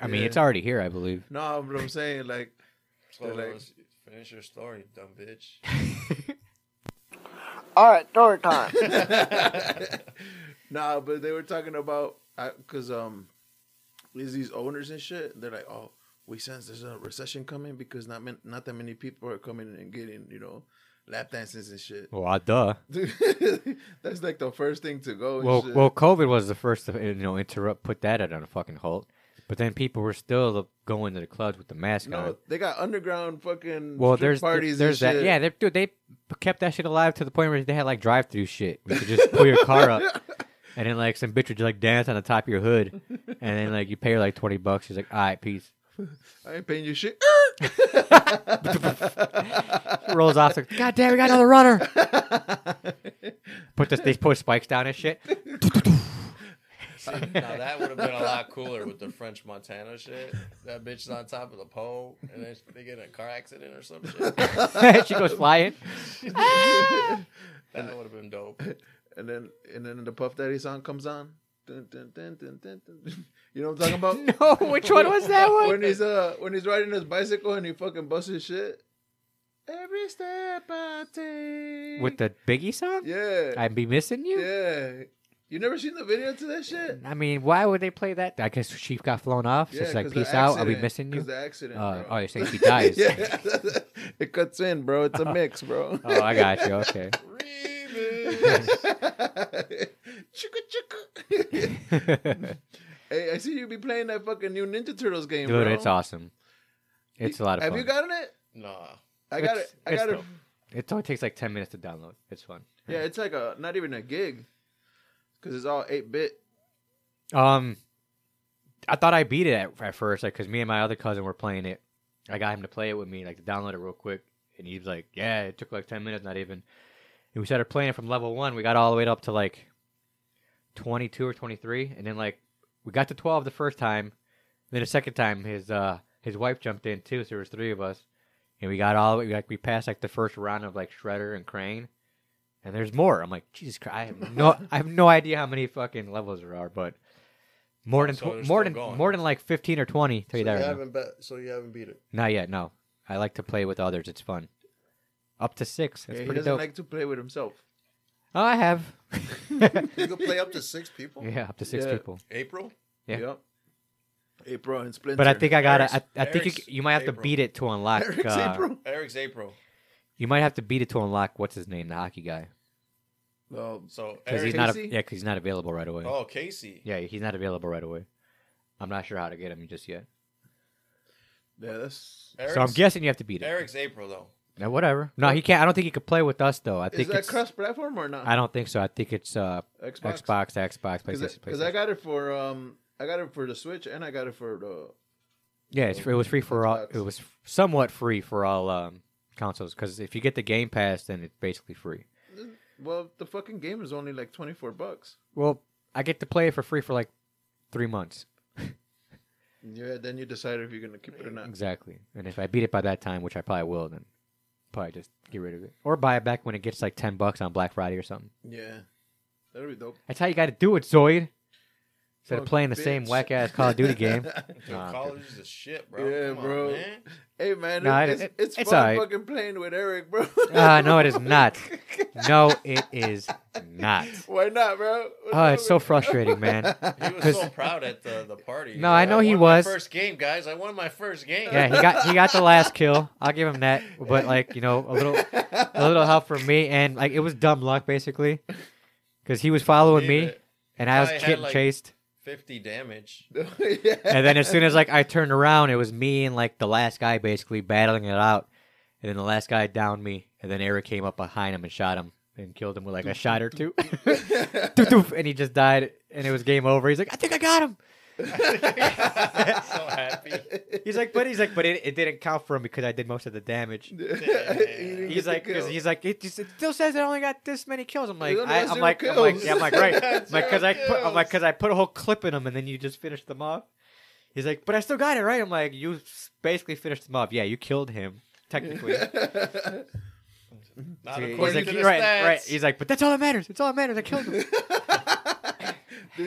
B: I mean,
C: Yeah.
B: it's already here, I believe.
C: No, but I'm saying like
A: So
C: They're like-
A: let's finish your story, dumb bitch.
E: All right, story time.
C: nah, but they were talking about because um, there's these owners and shit. They're like, oh, we sense there's a recession coming because not man- not that many people are coming in and getting you know lap dances and shit.
B: well, uh, duh.
C: That's like the first thing to go. And
B: Well,
C: shit.
B: well, COVID was the first to you know interrupt, put that at on a fucking halt. But then people were still going to the clubs with the mask on.
C: no, they got underground fucking
B: Well,
C: strip
B: there's
C: parties.
B: there's
C: and
B: that.
C: shit.
B: Yeah, they, dude, they kept that shit alive to the point where they had like drive through shit. You could just pull your car up, and then like some bitch would like dance on the top of your hood, and then like you pay her like twenty bucks. She's like, "All right, peace."
C: I ain't paying you shit.
B: Rolls off. Like, God damn, we got another runner. Put this. They put spikes down and shit.
F: See, now that would have been a lot cooler with the French Montana shit. That bitch is on top of the pole, and then they get in a car accident or some shit. That
B: she goes flying.
F: would have been dope.
C: and then and then the Puff Daddy song comes on. Dun, dun, dun, dun, dun, dun. You know what I'm talking about?
B: No, which one was that one?
C: When he's uh when he's riding his bicycle and he fucking busts his shit. Every step I take.
B: With the Biggie song?
C: yeah
B: I'd be missing you.
C: yeah. You never seen the video to that shit?
B: I mean, why would they play that? I guess she got flown off. so it's like,
C: 'cause the
B: peace out. I'll be
C: accident-
B: missing
C: 'cause
B: you.
C: The accident.
B: Uh, oh,
C: bro.
B: you're saying she dies.
C: yeah, it cuts in, bro. It's a mix, bro.
B: Oh, I got you. Okay.
F: Remix.
C: Chicka, chicka. hey, I see you be playing that fucking new Ninja Turtles game,
B: Dude,
C: bro.
B: it's awesome. It's a lot of
C: Have
B: fun.
C: you gotten it?
F: Nah.
C: I got
B: It's-
C: it. I
B: it's
C: got it.
B: dope. It only takes like 10 minutes to download. It's fun.
C: Yeah, it's like a not even a gig, because it's all eight bit.
B: Um, I thought I beat it at, at first, like, cause me and my other cousin were playing it. I got him to play it with me, like, to download it real quick, and he was like, "Yeah, it took like ten minutes, not even." And we started playing it from level one. We got all the way up to like twenty-two or twenty-three, and then like we got to twelve the first time. Then the second time, his uh his wife jumped in too, so there was three of us, and we got all the way like we passed like the first round of like Shredder and Crane. And there's more. I'm like, Jesus Christ! I have no, I have no idea how many fucking levels there are, but more than
F: So
B: tw-
F: they're
B: more
F: still
B: than
F: going.
B: more than like fifteen or twenty. Tell
F: So
B: you
F: you,
B: that right now.
F: haven't be- so you haven't beat it.
B: Not yet, no. I like to play with others. It's fun. Up to six. That's
C: Yeah, he
B: pretty
C: doesn't
B: dope.
C: like to play with himself.
B: Oh, I have.
F: You could play up to six people.
B: yeah, up to six
C: Yeah.
B: people.
F: April.
B: Yeah.
C: Yep. April and Splinter.
B: But I think I gotta.
F: Eric's-
B: I, I think you,
F: Eric's
B: you might have to
F: April.
B: beat it to unlock.
C: Eric's
B: uh,
C: April.
F: Eric's April.
B: You might have to beat it to unlock. What's his name? The hockey guy.
C: Well,
F: So
B: Because
F: Eric.
B: he's not. A,
C: Casey?
B: yeah, because he's not available right away.
F: oh, Casey.
B: Yeah, he's not available right away. I'm not sure how to get him just yet.
C: yeah, that's.
F: Eric's,
B: so I'm guessing you have to beat it.
F: Eric's April though.
B: No, whatever. No, he can't. I don't think he could play with us though. I
C: Is
B: think
C: that
B: it's.
C: cross platform or not?
B: I don't think so. I think it's uh,
C: Xbox.
B: Xbox, Xbox, PlayStation,
C: Because I,
B: PlayStation.
C: got it for um, I got it for the Switch and I got it for the.
B: Yeah, it's, it was free for all. It
C: Xbox.
B: was somewhat free for all um, consoles because if you get the Game Pass, then it's basically free.
C: Well, the fucking game is only like twenty four bucks.
B: Well, I get to play it for free for like three months
C: Yeah, then you decide if you're gonna keep it or not.
B: exactly, and if I beat it by that time, which I probably will, then probably just get rid of it or buy it back when it gets like ten bucks on Black Friday or something.
C: Yeah, that'd be dope.
B: That's how you got to do it, Zoid. Instead
C: Oh,
B: of playing the same
C: bitch.
B: whack ass Call of Duty game,
F: Dude,
B: Nah, I'm
F: college
B: kidding.
F: is a shit, bro.
C: Yeah,
F: Come on,
C: bro.
F: man.
C: Hey man,
B: Nah,
C: it-
B: it-
C: it's,
B: it-
C: it's,
B: it's
C: fun
B: alright.
C: fucking playing with Eric, bro.
B: uh, no, it is not. No, it is not.
C: Why not, bro? What's
B: Oh, it's so
C: wrong
B: frustrating, man.
F: He was
B: 'Cause-
F: so proud at the, the party.
B: No, I know
F: won
B: he
F: my
B: was.
F: First game, guys. I won my first game.
B: Yeah, he got he got the last kill. I'll give him that. But like you know, a little a little help from me, and like it was dumb luck basically, because he was following
F: Believe
B: me,
F: it.
B: and I was
F: Probably had,
B: getting
F: like-
B: chased.
F: Fifty damage.
C: with you? yeah.
B: And then as soon as like I turned around, it was me and like the last guy basically battling it out, and then the last guy downed me, and then Eric came up behind him and shot him and killed him with like a shot or two, Doof, doof, and he just died, and it was game over. He's like, I think I got him.
F: so happy.
B: He's like, but he's like, but it, it didn't count for him because I did most of the damage. He's like, 'cause he's like, it, just, it still says I only got this many kills. I'm like,
C: only
B: I, I'm
C: got zero
B: like, I'm like,
C: kills.
B: yeah, I'm like, right, I'm
F: Zero
B: like, cause I put, I'm
F: kills.
B: like, cause I put a whole clip in them, and then you just finished them off. He's like, but I still got it right. I'm like, you s- basically finished them off. Yeah, you killed him technically. He's
F: Not
B: like,
F: according to the
B: right,
F: stats.
B: right. He's like, but that's all that matters. It's all that matters. I killed him.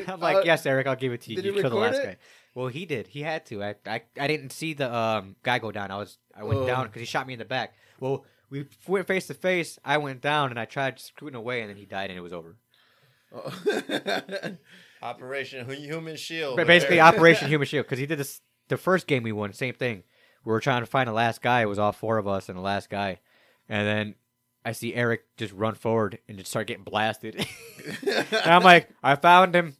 B: I'm like, yes, Eric, I'll give it to you.
C: uh, did
B: You
C: he
B: killed the
C: record
B: last
C: it?
B: guy. Well, he did. He had to. I, I, I didn't see the um, guy go down. I was, I went
C: Oh.
B: down because he shot me in the back. Well, we went face to face. I went down and I tried scooting away, and then he died, and it was over.
F: Operation Hu- Human
C: Oh,
F: Shield.
B: But
F: with
B: basically,
F: Eric.
B: Operation Human Shield because he did this the first game we won. Same thing. We were trying to find the last guy. It was all four of us and the last guy, and then I see Eric just run forward and just start getting blasted. and I'm like, I found him.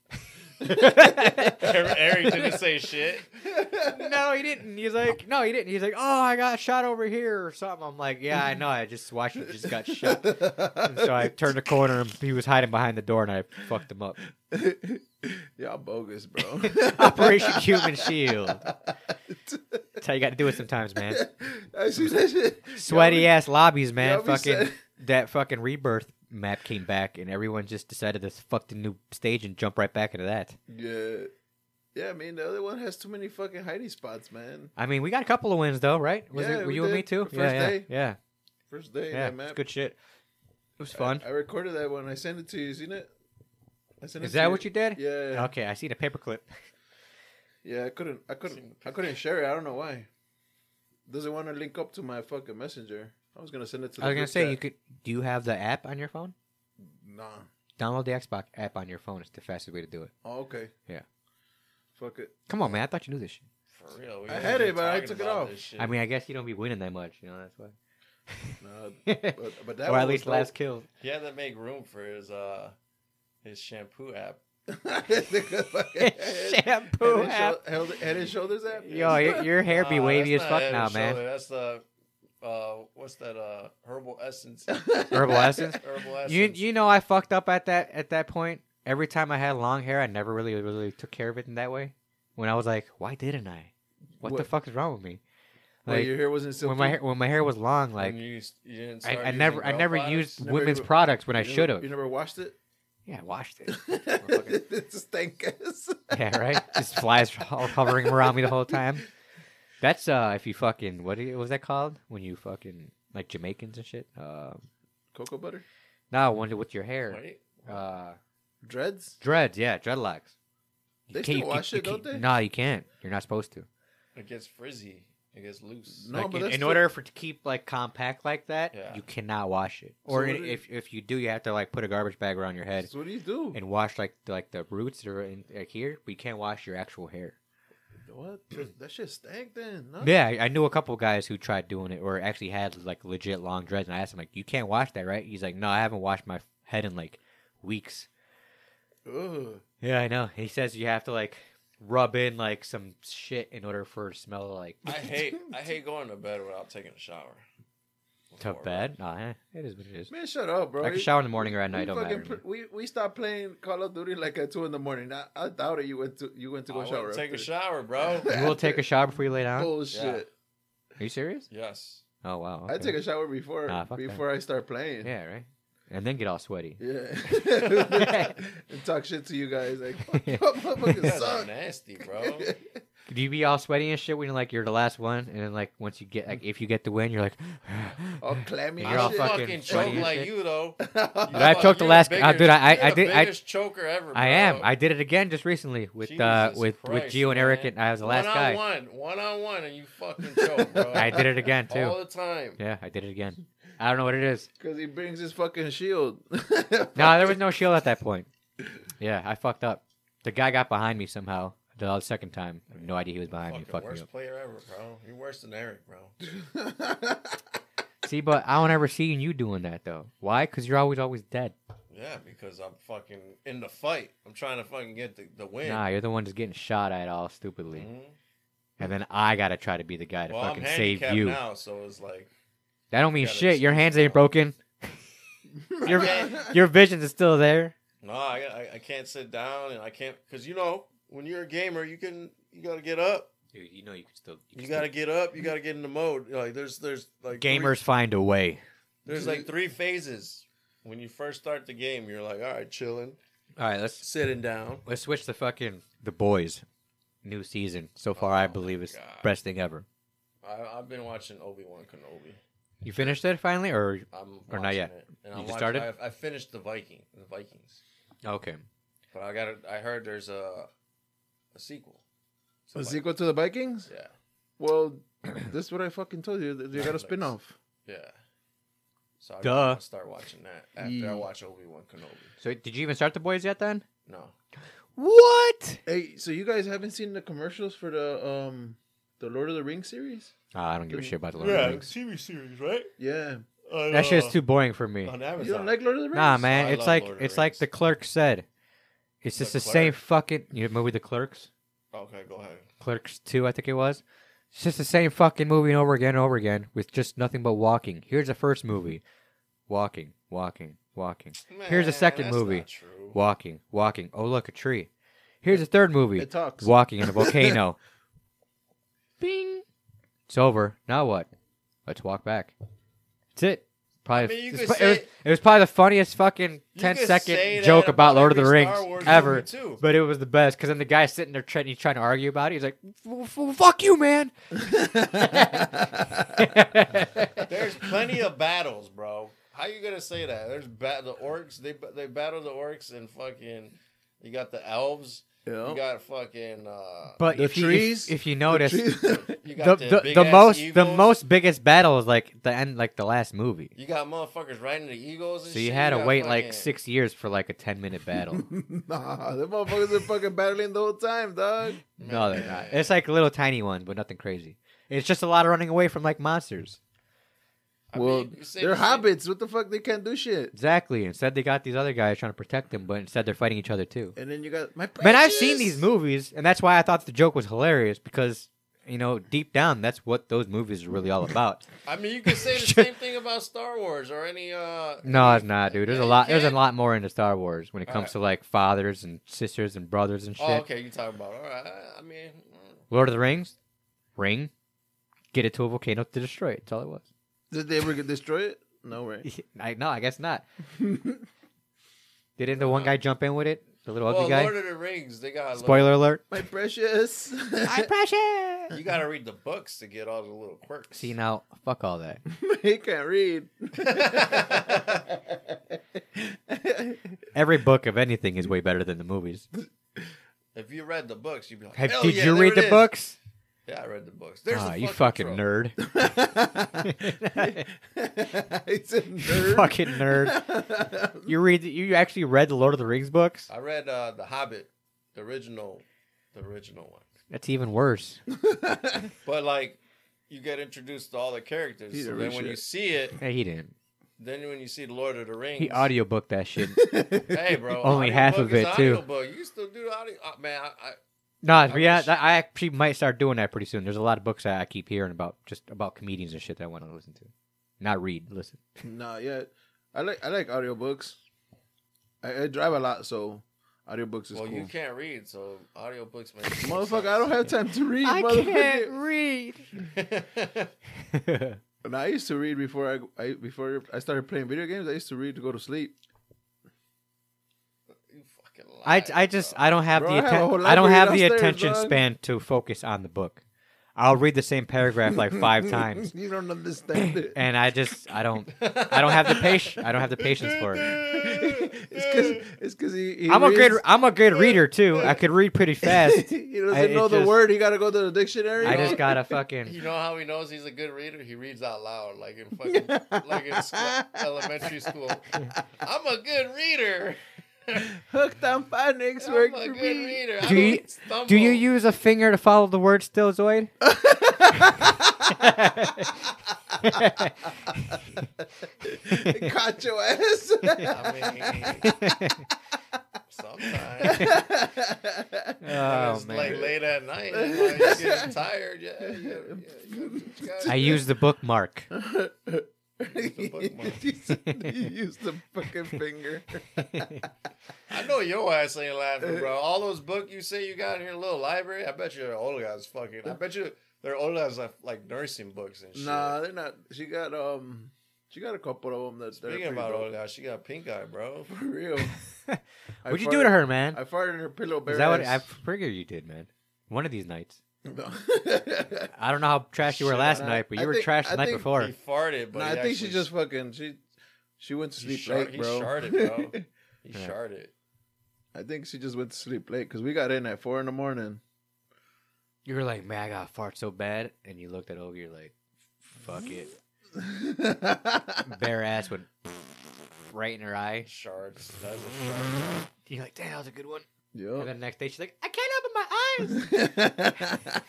A: Eric didn't say shit.
B: no, he didn't. He's like, no, he didn't. He's like, oh, I got shot over here or something. I'm like, yeah, I know. I just watched you just got shot. And so I turned the corner and he was hiding behind the door and I fucked him up.
C: Y'all bogus, bro.
B: Operation Human Shield. That's how you got to do it sometimes, man.
C: I see that shit.
B: Sweaty
C: Y'all
B: ass lobbies,
C: y'all
B: man.
C: be
B: Fucking
C: sad.
B: that fucking rebirth map came back and everyone just decided to fuck the new stage and jump right back into that.
C: be- Yeah. Yeah, I mean, the other one has too many fucking hiding spots, man.
B: I mean, we got a couple of wins though, right? Was
C: Yeah,
B: it, were
C: we
B: you and
C: did.
B: me too?
C: The
B: yeah,
C: first
B: yeah,
C: day.
B: yeah,
C: First day,
B: yeah.
C: that
B: It's
C: map.
B: good shit. It was fun.
C: I recorded that one. I sent it to you. You seen it? I sent
B: Is
C: to
B: that what you did?
C: Yeah.
B: Okay, I see the paperclip.
C: Yeah, I couldn't. I couldn't. I couldn't share it. I don't know why. Doesn't want to link up to my fucking messenger. I was gonna send it to. The
B: I was gonna
C: group
B: say
C: chat.
B: you could. Do you have the app on your phone?
C: Nah.
B: Download the Xbox app on your phone. It's the fastest way to do it.
C: Oh, okay.
B: Yeah.
C: Fuck it.
B: Come on, man. I thought you knew this shit.
A: For real. we
C: I
A: haven't
C: had
A: been
C: it, but I
A: talking
C: took it
A: about
C: off.
A: this shit.
B: I mean, I guess you don't be winning that much. You know that's why.
C: Nah,
B: but,
C: but but that
B: or
C: one
B: at
C: was
B: least
C: dope.
B: last kill.
A: he had to make room for his uh his shampoo app.
C: Head
B: Shampoo
C: and
B: app.
C: shou- held- Head and shoulders app.
B: Yo, your, your hair be
A: Nah,
B: wavy as
A: that's not
B: fuck
A: head
B: now,
A: and shoulder,
B: man.
A: That's the uh what's that uh herbal essence?
B: Herbal essence.
A: herbal essence.
B: You you know I fucked up at that at that point. Every time I had long hair, I never really really took care of it in that way. When I was like, why didn't I? What, the
C: What-
B: fuck is wrong with me?
C: Wait,
B: Like
C: your hair wasn't silky.
B: when my hair when my hair was long, like
A: When you, s- you didn't
B: I,
A: start
B: I never
A: using
B: I
A: growth
B: never
A: products?
B: used
C: Never
B: women's
C: even-
B: products when I
C: You never-
B: should have.
C: You never washed it.
B: Yeah, I washed it.
C: it's a stank ass.
B: yeah, right. Just flies all hovering around me the whole time. That's uh, if you fucking what do you- what was that called when you fucking like Jamaicans and shit. Um,
C: Cocoa butter,
B: now I wonder with your hair.
A: Wait,
B: Uh,
C: dreads.
B: dreads, yeah, dreadlocks. You
C: They
B: can't-
C: still
B: you can't-
C: wash
B: you
C: it, don't
B: can't-
C: they?
B: No, you can't. You're not supposed to.
A: it gets frizzy. It gets loose.
C: No,
B: Like,
C: but
B: in,
C: that's
B: in
C: still-
B: order for to keep like compact like that,
A: Yeah.
B: you cannot wash it. Or
C: what
B: i-
C: do you-
B: if if you do, you have to like put a garbage bag around your head
C: So what do you do?
B: and wash like the, like the roots that are in like here. But you can't wash your actual hair.
C: what? that shit stank then. No?
B: Yeah, I, I knew a couple guys who tried doing it or actually had like legit long dreads, and I asked him like, "You can't wash that, right?" He's like, "No, I haven't washed my head in like weeks."
C: Ugh.
B: Yeah, I know. He says you have to like rub in like some shit in order for it to smell like
A: I hate I hate going to bed without taking a shower.
B: to
A: Before
B: bed. Nah, eh, it is what it is.
C: Man, shut up, bro.
B: I can
C: You-
B: shower in the morning or at night.
C: we,
B: Don't
C: fucking
B: matter. to me.
C: pl- we we stopped playing Call of Duty like at two in the morning. I, I doubt it. You went to you went to
A: I
C: go
A: wouldn't
C: shower.
A: Take a
C: after.
A: shower, bro.
B: You will take a shower before you lay down.
C: Bullshit.
B: Are you serious?
A: yes.
B: Oh wow.
C: I take a shower before
B: Nah, Ah, fuck that.
C: before I start playing.
B: yeah, right. And then get all sweaty.
C: Yeah. and talk shit to you guys like fuck, you up,
A: You
C: motherfucking
A: guys are
C: suck.
A: nasty, bro.
B: Do you be all sweaty and shit when you're like you're the last one, and then like once you get like if you get the win, you're like.
A: Oh,
C: All clammy.
A: I
B: You're all
A: don't
C: and
B: fucking
A: fucking
B: sweaty
A: choke
B: and
A: like
B: shit.
A: you though.
C: shit.
B: Dude, I choked the last-
A: You're
B: uh, dude, I-
A: biggest-
B: I- I
A: you're the
B: did- I-
A: biggest choker ever. Bro.
B: I am. I did it again just recently with uh
A: Jesus
B: with with
A: Christ,
B: Gio and Eric,
A: man.
B: and I was the last guy.
A: One on one, one on one, and you fucking choke, bro.
B: I did it again too.
A: all the time.
B: Yeah, I did it again. I don't know what it is.
C: Because he brings his fucking shield.
B: No, there was no shield at that point. Yeah, I fucked up. The guy got behind me somehow. The second time, I have no idea he was behind me.
A: Fucking
B: Fucked me
A: worst
B: up.
A: player ever, bro. You're worse than Eric, bro.
B: See, but I don't ever see you doing that though. Why? Because you're always always dead.
A: Yeah, because I'm fucking in the fight. I'm trying to fucking get the, the win.
B: Nah, you're the one just getting shot at all stupidly,
A: Mhm.
B: and then I gotta try to be the guy to
A: Well, I'm
B: fucking save
A: handicapped
B: you.
A: now, so it's like
B: That don't mean
A: Gotta
B: shit. Your
A: excuse
B: hands ain't
A: yourself.
B: broken. your
A: can't-
B: your vision is still there.
A: no, I, I I can't sit down and I can't because you know when you're a gamer, you can you gotta get up.
B: Dude, you know you can still.
A: You gotta get up. You gotta get in the mode. Like there's there's like three-
B: Gamers find a way.
A: there's like three phases. When you first start the game, you're like, all right, chilling,
B: All right, let's
A: sitting down.
B: let's switch the fucking the boys. New season so far, I
A: Oh my
B: believe is
A: God.
B: best thing ever.
A: I, I've been watching Obi Wan Kenobi.
B: You finished it finally, or
A: I'm
B: Or not
A: watching
B: yet.
A: It.
B: You
A: And I'm
B: just
A: watching-
B: started?
A: I, I finished the Viking, the Vikings,
B: okay?
A: but I got I heard there's a a sequel. to
C: a
A: Vikings.
C: sequel to the Vikings?
A: Yeah,
C: Well, that's what I fucking told you. that They got a
A: Netflix.
C: spin off.
A: yeah. So I
B: Duh.
A: gotta start watching that after I
C: Ye-
A: watch Obi Wan Kenobi.
B: So did you even start the boys yet? Then
A: No,
B: what?
C: Hey, so you guys haven't seen the commercials for the um the Lord of the Rings series?
B: Ah, I don't give a shit about the Lord of the
A: yeah, Uh,
B: Rings.
A: TV series, right?
C: Yeah.
B: That shit's too boring for me.
A: on Amazon.
C: You don't like Lord of the Rings?
B: Nah, man,
A: I
B: it's
A: love
B: like
A: Lord of the
B: it's like
A: Rings.
B: the clerk said. It's
A: The
B: just the same
A: Clerk.
B: fucking you know, movie, The Clerks,
A: Okay, go ahead.
B: Clerks Two, I think it was. It's just the same fucking movie over again and over again with just nothing but walking. Here's the first movie, walking, walking, walking. Here's the
A: Man,
B: second
A: that's
B: movie.
A: not true.
B: walking, walking. Oh, look, a tree. Here's a third movie.
C: It talks.
B: Walking in a volcano. Bing. It's over. Now what? Let's walk back. That's it. Probably.
A: I mean, you
B: it's
A: could
B: pro- it, was,
A: say-
B: it was probably the funniest fucking
A: You
B: 10
A: could say
B: second
A: that
B: joke about Lord of the
A: every
B: Rings
A: Star Wars
B: ever.
A: movie, too.
B: But it was the best because then the guy sitting there trying, he's trying to argue about it. He's like, "F- f- "Fuck you, man."
A: There's plenty of battles, bro. How you gonna say that? There's ba- the orcs. They they battle the orcs and fucking. You got the elves. You got fucking. Uh,
B: But
C: The
B: if you
C: trees-
B: if, if you notice,
A: you
B: the
A: got
B: the,
A: big
B: the
A: ass
B: most the
A: eagles.
B: most biggest battle is like the end, like the last movie.
A: You got motherfuckers riding the eagles. And
B: So you
A: shit.
B: had to
A: got
B: wait like
A: fucking-
B: six years for like a ten minute battle.
C: nah, them motherfuckers are fucking battling the whole time, dog.
B: no, they're not. It's like little tiny ones, but nothing crazy. It's just a lot of running away from like monsters.
A: I mean,
C: well,
A: you could say
C: they're
A: the same-
C: hobbits. What the fuck? They can't do shit.
B: Exactly. Instead, they got these other guys trying to protect them, but instead they're fighting each other too.
C: And then you got my.
B: Man, I've seen
C: precious.
B: these movies, and that's why I thought the joke was hilarious because you know deep down that's what those movies are really all about.
A: I mean, you could say the same thing about Star Wars or any. uh
B: no, it's not, dude. There's a
A: Yeah, you
B: lot. There's a
A: can.
B: lot more into Star Wars when it comes
A: Alright.
B: to like fathers and sisters and brothers and shit.
A: Oh, okay. You talking about? All right. I mean, Oh.
B: Lord of the Rings, ring, get it to a volcano to destroy it. That's all it was.
C: Did they ever get destroy it? No way.
B: I no, I guess not. Didn't the one guy jump in with it? The little
A: well,
B: ugly guy.
A: Oh, Lord of the Rings. They got a little-
B: Spoiler alert.
C: My precious.
B: I pressure.
A: You got to read the books to get all the little quirks.
B: See now, fuck all that.
C: he can't read.
B: Every book of anything is way better than the movies.
A: If you read the books, you'd be like,
B: Have,
A: Hell
B: did
A: yeah,
B: you
A: there
B: read
A: it
B: the
A: is."
B: books?
A: Yeah, I read the books. There's
B: Ah,
A: the
B: you fucking
A: trope.
B: nerd.
C: He's a nerd.
B: fucking nerd. You read? You actually read the Lord of the Rings books?
A: I read uh, the Hobbit, the original, the original one.
B: That's even worse.
A: But like, you get introduced to all the characters.
C: He
A: So
C: didn't
A: then
C: read
A: when you
C: shit.
A: see it,
B: Hey, he didn't.
A: then when you see the Lord of the Rings,
B: He audiobooked that shit.
A: Hey, bro,
B: Only half of
A: audiobook
B: it,
A: is
B: too.
A: audiobook. You still do the audio? oh, man, I, I,
B: Nah,
A: I
B: yeah,
A: wish-
B: I actually might start doing that pretty soon. There's a lot of books that I keep hearing about, just about comedians and shit that I want to listen to, not read, listen.
C: Nah, yeah. I like I like audiobooks. I, I drive a lot, so audiobooks is
A: well,
C: cool.
A: you can't read, so audiobooks make
C: Motherfucker, I don't have time to read. motherfucker.
B: read.
A: don't.
C: And I used to read before I, I before I started playing video games. I used to read to go to sleep.
A: you fucking
B: I,
A: lied,
B: I just
A: bro.
B: I don't have the
C: Bro, I have a
B: atten-
C: whole
B: I don't
C: library
B: have the
C: downstairs,
B: attention
C: dog.
B: span to focus on the book. I'll read the same paragraph like five times,
C: you don't understand it.
B: and I just I don't I don't have the patience I don't have the patience for it.
C: it's because it's because he, he.
B: I'm a good
C: reads-
B: I'm a good reader too. I could read pretty fast.
C: he
B: I-
C: doesn't
B: it
C: know the
B: just-
C: word. He got to go to the dictionary.
B: I just gotta
A: You
B: fucking
A: know how he knows he's a good reader? He reads out loud, like in fucking, like in sc- elementary school. I'm a good reader.
C: hooked on phonics.
A: I'm
C: Work
A: a
C: for
A: good
C: me.
A: reader. I
B: Do you-
A: don't stumble.
B: Do you use a finger to follow the word Oh, still, Zoid?
C: Caught your ass.
A: I mean, sometimes.
B: Oh,
A: it's
B: man.
A: like late at night. Like, you're getting tired. Yeah, yeah, yeah. You gotta-
B: I
A: you
B: use the bookmark.
A: the bookmark.
C: he said he used the fucking finger.
A: gotta- I know your ass ain't
C: Uh,
A: laughing, bro. All those books you say you got in your little library, I bet you the old guys fucking. I bet you they're old guys like, like nursing books and shit.
C: Nah, they're not. She got um, she got a couple of them that they're
A: Speaking
C: pretty
A: about
C: dope.
A: old guys, she got pink eye, bro.
C: For real. I
B: What'd you do to
C: farted-
B: her, man?
C: I farted in her pillow. Bare
B: Is that what I
C: ass.
B: figure you did, man? One of these nights.
C: No.
B: I don't know how trash you were
C: Shit,
B: last
C: I-
B: night, but you
C: I
B: were
C: think-
B: trash the
C: I
B: night
C: think
B: before.
A: He farted, but
C: Nah,
A: he
C: I think she
A: actually-
C: just fucking she, she went to
A: he,
C: sleep
A: shar-
C: late,
A: he
C: bro.
A: sharded, bro. He sharded.
C: I think she just went to sleep late because we got in at four in the morning.
B: You were like, man, I got fart so bad, and you looked at Ogie, you're like, fuck it. Bare ass would right in her eye.
A: Shards. That's a shard.
B: You're like, damn, that was a good one. And
C: Yup.
B: then the next day, she's like, I can't open my eyes.
A: and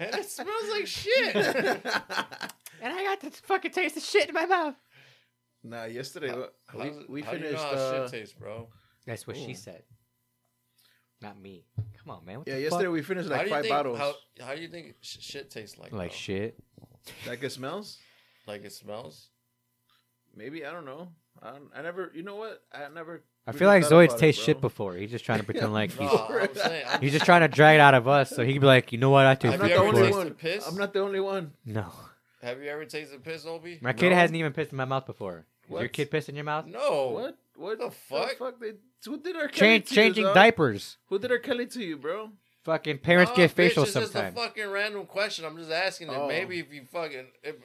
A: it smells like shit.
B: and I got this fucking taste of shit in my mouth.
C: nah, yesterday
A: How-
C: we, we
A: how do you
C: finished.
A: know how
C: uh,
A: shit tastes, bro.
B: That's what she
C: Ooh.
B: said. not me. Come on, man. What
C: Hmm. Yeah,
B: the
C: yesterday
B: fuck?
C: we finished
A: how
C: like
A: do you
C: five
A: think,
C: bottles.
A: How, how do you think sh- shit tastes like?
B: like
C: Oh.
A: though?
B: shit.
C: Like it smells?
A: Like it smells.
C: Maybe I don't know. I, don't, I never. You know what? I never.
B: I
C: really
B: feel like
C: thought
B: Zoid's
C: about it,
B: tastes
C: bro.
B: shit before. He's just trying to pretend like
A: No,
B: he's
A: I'm saying. I'm,
B: he's just trying to drag it out of us, so he could be like, you know what, I taste
A: I'm not You
B: shit
C: I'm not
A: ever
C: the only
B: before.
A: tasted
C: one.
A: piss?
C: I'm not the only one.
B: No,
A: have you ever tasted piss, Obi?
B: my kid
C: No.
B: hasn't even pissed in my mouth before. Is your
C: What?
B: kid pissed in your mouth?
A: No.
C: What? What
A: Oh. The fuck?
C: They, who did our Kelly
B: Change
C: to you,
B: changing
C: dog?
B: diapers.
C: Who did our Kelly to you, bro?
B: Fucking parents
A: Nah,
B: get
A: bitch,
B: facial
A: it's just a
B: sometimes.
A: fucking random question. I'm just asking it.
C: Oh.
A: Maybe if you fucking, if,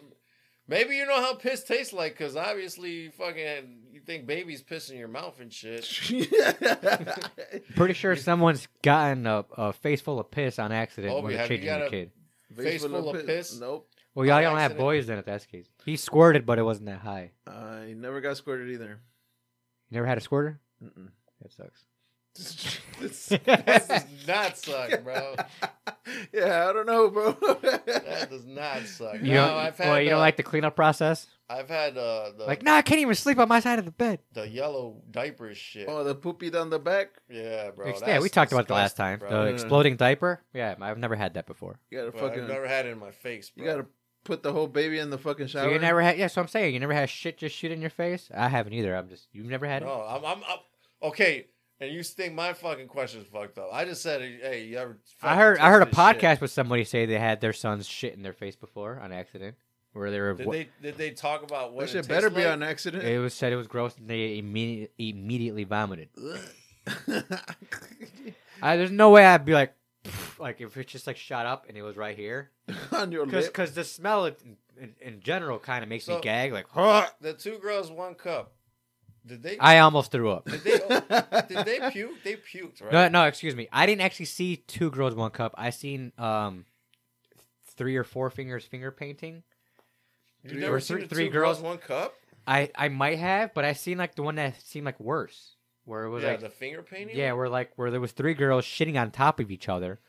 A: maybe you know how piss tastes like, because obviously you fucking you think babies piss in your mouth and shit.
B: Pretty sure someone's gotten a, a face full of piss on accident
A: Obi,
B: when they're
A: have you
B: changing the
A: got a-
B: kid.
A: Face
C: Baseball
A: full of piss?
C: Nope.
B: Well, y'all
A: on
B: don't have
A: accident?
B: boys then. If that's the case, he squirted, but it wasn't that high.
C: I never got squirted either.
B: You never had a squirter?
C: Mm-mm.
B: That
C: This-
A: This
B: sucks.
A: does not suck, bro.
C: yeah, I don't know, bro.
A: That does not suck.
B: you
A: no,
B: don't.
A: I've had.
B: well, you don't
A: uh,
B: like the cleanup process.
A: I've had uh, the
B: Like, no, I can't even sleep on my side of the bed.
A: the yellow diaper shit.
C: oh, the poopy down the back.
A: yeah, bro.
B: Ex- yeah,
A: that's
B: we talked about it the last
A: disgusting,
B: time.
A: bro.
B: The
C: Yeah.
B: exploding diaper. Yeah, I've never had that before.
C: You gotta
A: But
C: fucking.
A: I've never had it in my face, bro.
C: you gotta put the whole baby in the fucking shower.
B: So you never had? Yeah, so I'm saying you never had shit just shoot in your face. I haven't either. I'm just you've never had it.
A: No, I'm, I'm, I'm okay. And you think my fucking question's fucked up? I just said, hey, you ever?
B: I
A: fucking
B: heard I heard a
A: tasted shit?
B: podcast with somebody say they had their son's shit in their face before on accident, where they were.
A: Did they did they talk about what
C: That
A: it
C: shit
A: tastes
C: better be
A: like?
C: on accident.
B: it was said it was gross, and they immediately immediately vomited. I, there's no way I'd be like, "Pff," like if it's just like shot up and it was right here,
C: on your
B: because
C: lip.
B: because the smell it, in, in general kind of makes me
A: So-
B: gag. Like, "Huh."
A: The two girls, one cup. Did they?
B: I almost threw up.
A: did they? did they puke? They puked, right?
B: No, no, excuse me. I didn't actually see two girls, one cup. I seen um three or four fingers finger painting.
A: You
C: Three-
A: never
B: or
A: seen
B: three-
A: the
B: three
A: two girls,
B: girls?
A: one cup.
B: I I might have, but I seen like the one that seemed like worse, where it was
A: Yeah,
B: like
A: the finger painting.
B: yeah, where like where there was three girls shitting on top of each other,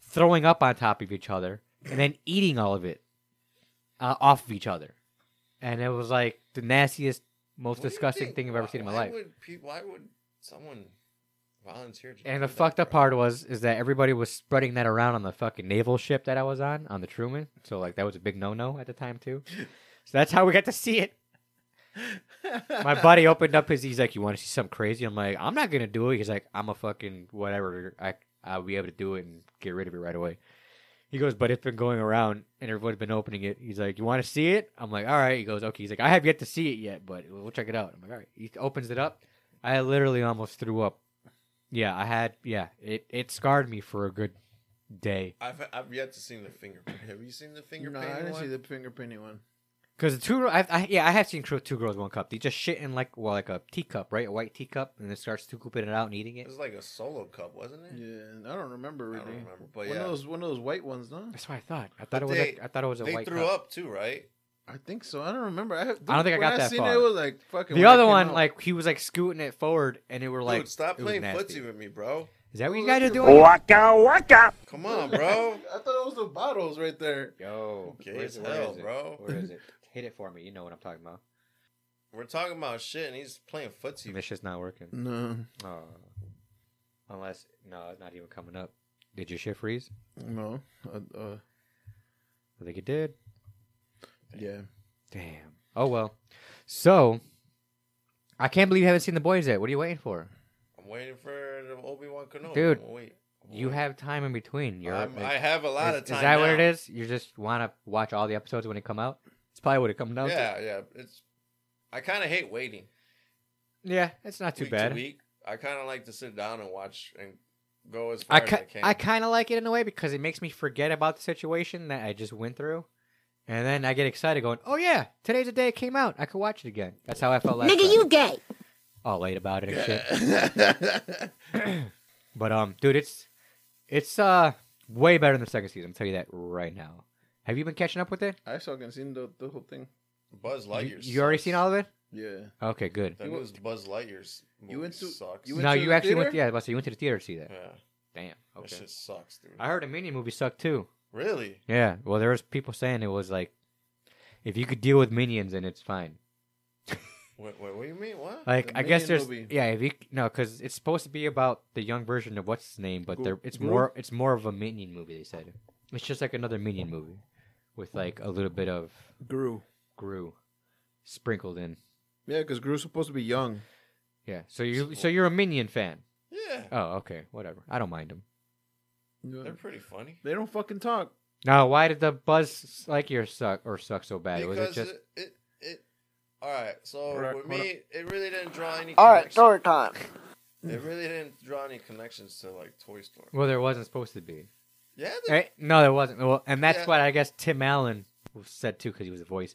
B: throwing up on top of each other, and then eating all of it uh, off of each other, and it was like the nastiest, most
A: What do you
B: disgusting
A: think-
B: thing I've ever seen in my
A: why
B: life.
A: Would pe- why would someone volunteer? To
B: And
A: do
B: the
A: that,
B: fucked up
A: bro?
B: part was is that everybody was spreading that around on the fucking naval ship that I was on, on the Truman. So like that was a big no no at the time too. So that's how we got to see it. My buddy opened up his. He's like, "You want to see something crazy?" I'm like, "I'm not gonna do it." He's like, "I'm a fucking whatever. I I'll be able to do it and get rid of it right away." He goes, "But it's been going around and everyone's been opening it." He's like, "You want to see it?" I'm like, "All right." He goes, "Okay." He's like, "I have yet to see it yet, but we'll check it out." I'm like, "All right." He opens it up. I literally almost threw up. Yeah, I had. Yeah, it it scarred me for a good day
A: I've I've yet to see the finger. painting. Have you seen the finger
C: no, I
A: painting
C: didn't
A: one?
C: see the finger painting one.
B: because the two. I, I yeah, I have seen cr- two girls one cup. They just shit in like well like a teacup, right? A white teacup, and it starts scooping it out and eating
A: It
B: it.
A: was like a solo cup, wasn't it?
C: Yeah, I don't remember
A: I
C: really.
A: don't remember, but
C: one
A: yeah,
C: of those one of those white ones, no?
B: That's what I thought. I
A: But
B: thought it was.
A: they-
B: like, I thought it was a
A: they
B: white.
A: threw
B: cup.
A: up too, right?
C: I think so. I don't remember. I, have,
B: I don't think I
C: when
B: got that
C: seen
B: far.
C: It, it was like fucking.
B: The
C: when I
B: other
C: came
B: one,
C: out-
B: like he was like scooting it forward, and it were like,
A: Dude, stop
B: it was
A: playing
B: nasty.
A: footsie with me, bro.
B: Is that what you guys are doing?
D: Waka waka.
A: Come on, bro.
C: I thought it was the bottles right there.
B: Yo,
A: Okay, as hell, bro.
B: Where is it? Hit it for me. You know what I'm talking about.
A: We're talking about shit, and he's playing footsie.
B: This shit's not
A: hmm.
B: working.
C: No,
B: Oh. Unless no, it's not even coming up. Did your shit freeze?
C: no. Uh, uh,
B: I think it did.
C: yeah.
B: Damn. Oh well. So, I can't believe you haven't seen the boys yet. What are you waiting for?
A: I'm waiting for the Obi Wan Kenobi.
B: Dude,
A: I'm wait. I'm
B: You
A: waiting.
B: have time in between. You're,
A: I'm- I have a lot
B: is,
A: of time.
B: Is that what it
A: now.
B: is? You just want to watch all the episodes when they come out. It's probably what it comes down to.
A: Yeah, yeah. It's. I kind of hate waiting.
B: Yeah, it's not too
A: week
B: bad.
A: To week. I kind of like to sit down and watch and go as far
B: I,
A: as
B: ki-
A: I can.
B: I kind of like it in a way because it makes me forget about the situation that I just went through. And then I get excited going, oh yeah, today's the day it came out. I could watch it again. That's how I felt last time.
G: Nigga, you gay.
B: All late about it and shit. But um, dude, it's it's uh way better than the second season. I'll tell you that right now. Have you been catching up with it?
C: I fucking seen the, the whole thing.
A: Buzz
B: You-
A: Lightyear.
B: you, already
A: sucks.
B: seen all of it?
C: Yeah.
B: Okay, good.
A: That
C: You-
A: was Buzz Lightyear's. Movie
C: you went to-
A: sucks.
C: you
B: no,
C: to
B: you
C: the
B: actually went.
C: theater?
B: Yeah, I was about to say, you went to the theater to see that.
A: yeah,
B: Damn. Okay.
A: that shit sucks, dude.
B: I heard a minion movie sucked too.
A: Really?
B: Yeah. Well, there was people saying it was like, if you could deal with minions, then it's fine.
A: Wait, wait, what do you mean? What?
B: Like
C: The
B: I guess
C: main
B: there's
C: movie.
B: yeah, if you no, because it's supposed to be about the young version of what's his name, but
C: Gru-
B: they're it's
C: Gru?
B: more it's more of a minion movie. They said it's just like another minion movie with like a little bit of
C: Gru.
B: Gru sprinkled in.
C: Yeah, because Gru's supposed to be young.
B: Yeah, so you so you're a minion fan.
A: Yeah,
B: Oh, okay, whatever. I don't mind him.
A: they're pretty funny.
C: They don't fucking talk.
B: Now, why did the Buzz Lightyear suck or suck so bad? Was it
A: Because
B: just
A: it, it, it, all right. So
C: Right,
A: with
C: hold
A: me, it really didn't draw any.
D: All right,
A: connections.
D: story time.
A: It really didn't draw any connections to like Toy Story.
B: well? There wasn't supposed to be.
A: Yeah, they-
B: Eh, No, there wasn't. Well, and that's
A: Yeah.
B: what I guess Tim Allen said too, because he was a voice.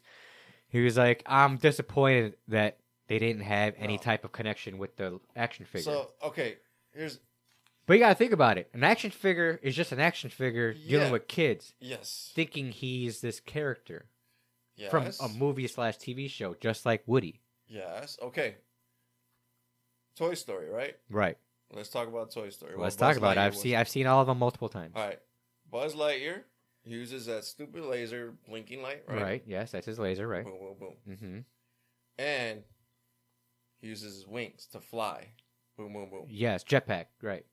B: He was like, "I'm disappointed that they didn't have any
A: No.
B: type of connection with the action figure."
A: Oh. so okay. Here's
B: but you gotta think about it. An action figure is just an action figure dealing
A: Yeah.
B: with kids,
A: yes,
B: thinking he's this character
A: yes,
B: from a movie slash TV show, just like Woody.
A: yes. Okay, Toy Story, right?
B: Right.
A: Let's talk about Toy Story.
B: Let's
A: Well, Buzz
B: talk about it.
A: Lightyear
B: I've
A: was-
B: seen I've seen all of them multiple times.
A: All right, Buzz Lightyear uses that stupid laser blinking light,
B: Right.
A: right?
B: Yes, that's his laser. Right.
A: Boom, boom, boom.
B: Mm-hmm.
A: And he uses his wings to fly. Boom, boom, boom.
B: Yes, jetpack. Right.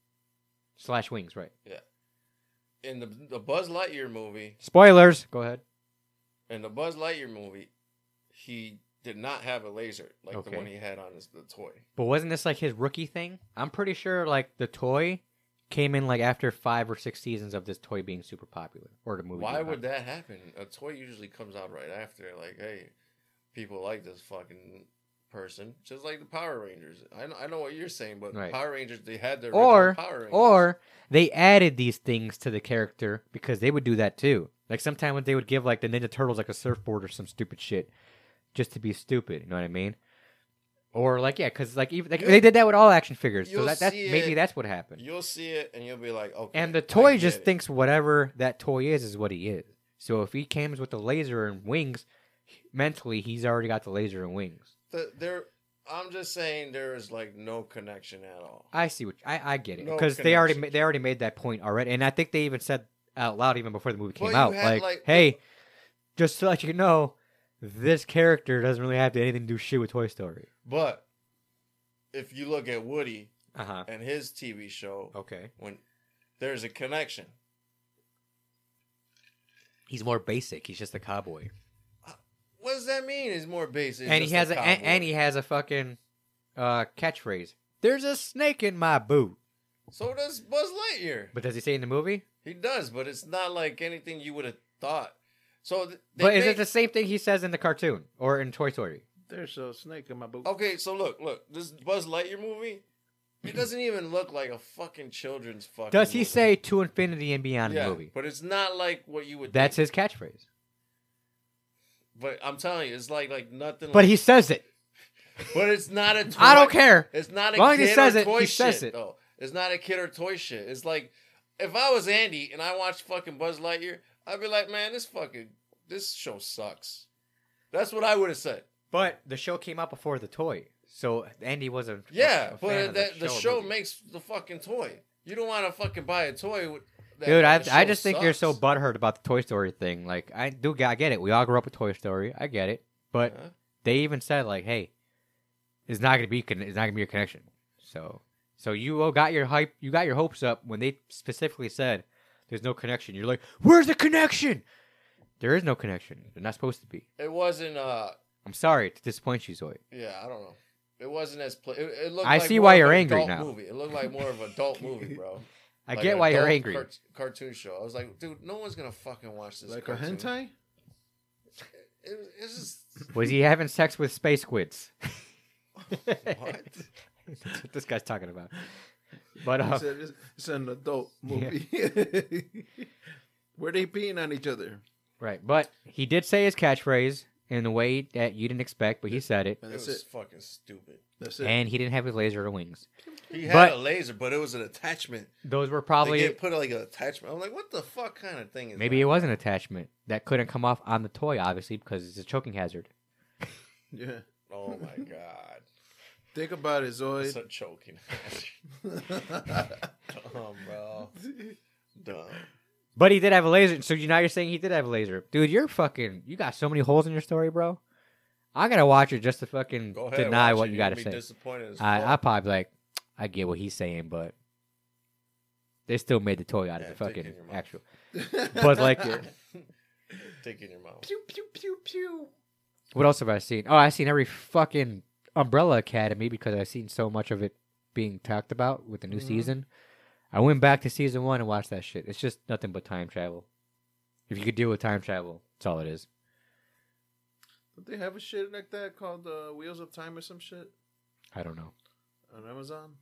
B: Slash wings. Right.
A: In the the Buzz Lightyear movie,
B: Spoilers. Go ahead.
A: in the Buzz Lightyear movie, he did not have a laser like
B: Okay.
A: the one he had on his the toy.
B: But wasn't this like his rookie thing? I'm pretty sure like the toy came in like after five or six seasons of this toy being super popular or the movie.
A: Why
B: being
A: would
B: popular.
A: that happen? A toy usually comes out right after. Like, hey, people like this fucking person, just like the Power Rangers. I know, I know what you're saying, but
B: Right.
A: Power Rangers they had their
B: Or
A: original Power Rangers.
B: or they added these things to the character because they would do that too. Like sometimes they would give like the Ninja Turtles like a surfboard or some stupid shit just to be stupid. You know what I mean? Or like yeah, because like even like,
A: You-
B: they did that with all action figures. So
A: you'll
B: that that's
A: see
B: maybe
A: it-
B: that's what happened.
A: you'll see it and you'll be like, okay.
B: And the
A: I
B: toy
A: get
B: just
A: it.
B: thinks whatever that toy is is what he is. So if he comes with the laser and wings, mentally he's already got the laser and wings.
A: the, there. I'm just saying there is like no connection at all.
B: I see what I, I get it
A: No
B: because they already ma-
A: connection.
B: they already made that point already, and I think they even said out loud even before the movie
A: Well,
B: came
A: you
B: out,
A: had,
B: like,
A: like-
B: "Hey, just to let you know, this character doesn't really have to anything to do shit with Toy Story."
A: But if you look at Woody
B: Uh huh.
A: and his TV show,
B: Okay.
A: when there's a connection,
B: He's more basic. He's just a cowboy,
A: what does that mean? Is more basic,
B: and he has a, and, and he has a fucking uh, catchphrase. There's a snake in my boot.
A: So does Buzz Lightyear.
B: But does he say in the movie?
A: He does, but it's not like anything you would have thought. So, th- they
B: but is
A: make-
B: it the same thing he says in the cartoon or in Toy Story?
C: There's a snake in my boot.
A: okay? So look, look, this Buzz Lightyear movie, it doesn't even look like a fucking children's fucking.
B: Does he
A: movie.
B: say to infinity and beyond in
A: Yeah,
B: the movie?
A: But it's not like what you would.
B: That's
A: think.
B: his catchphrase.
A: But I'm telling you, it's like like nothing.
B: But
A: like,
B: he says it.
A: But it's not a. Toy.
B: I don't care.
A: It's not a
B: As long as
A: kid
B: he says
A: or
B: it,
A: toy
B: he
A: shit.
B: says it.
A: Though it's not a kid or toy shit. It's like if I was Andy and I watched fucking Buzz Lightyear, I'd be like, man, this fucking this show sucks. That's what I would have said.
B: But the show came out before the toy, so Andy was a
A: Yeah,
B: a fan
A: but
B: of
A: that, the,
B: or
A: show
B: movie.
A: makes the fucking toy. You don't want to fucking buy a toy. With that
B: Dude, I,
A: fucking
B: I
A: show
B: just think you're so
A: sucks.
B: butthurt about the Toy Story thing. Like I do, get- I get it. We all grew up with Toy Story. I get it. But
A: Huh?
B: they even said like, "Hey, it's not gonna be con- it's not gonna be your connection." So so you all got your hype, you got your hopes up when they specifically said there's no connection. You're like, "Where's the connection?" There is no connection. They're not supposed to be.
A: It wasn't. uh
B: I'm sorry to disappoint you, Zoe.
A: Yeah, I don't know. It wasn't as. Pl- it, it looked.
B: I
A: like
B: see
A: more
B: why
A: of
B: you're
A: an
B: angry
A: adult
B: now.
A: Movie. It looked like more of an adult movie, bro.
B: I
A: Like
B: get
A: an
B: why you're
A: adult
B: angry.
A: cart- cartoon show. I was like, dude, no one's gonna fucking watch this.
C: Like
A: cartoon.
C: a hentai?
A: It, was- it's just
B: Was he having sex with space squids?
A: what?
B: That's what this guy's talking about. But
C: He
B: uh,
C: said it's, it's an adult movie. Were they peeing on each other?
B: right, but he did say his catchphrase in a way that you didn't expect, but he said it,
C: And
A: It
C: that's
A: was
C: it.
A: fucking stupid.
C: That's it.
B: and he didn't have his laser or wings.
A: He had
B: But-
A: a laser, but it was an attachment.
B: Those were
A: Probably
B: probably
A: they did put like an attachment. I'm like, what the fuck kind of thing is
B: Maybe
A: that?
B: it was an attachment that couldn't come off on the toy, obviously, because it's a choking hazard.
C: yeah.
A: Oh my god,
C: Think about it, Zoid.
A: it's a choking. Dumb, bro. Dumb.
B: But he did have a laser, so you now you're saying he did have a laser, dude. You're fucking. You got so many holes in your story, bro. I gotta watch it just to fucking
A: Go ahead.
B: deny
A: watch
B: what
A: it.
B: you
A: You're gonna
B: gotta
A: be
B: say.
A: Disappointed. As
B: I
A: fuck.
B: I probably like I get what he's saying, but they still made the toy out of
A: Yeah,
B: the
A: take it in
B: fucking
A: your mouth.
B: actual. But like,
A: Take it in your mouth.
B: what else have I seen? Oh, I seen every fucking Umbrella Academy because I've seen so much of it being talked about with the new season. I went back to season one and watched that shit. It's just nothing but time travel. If you could deal with time travel, that's all it is.
C: Don't they have a shit like that called uh, Wheels of Time or some shit
B: I don't know.
C: on Amazon?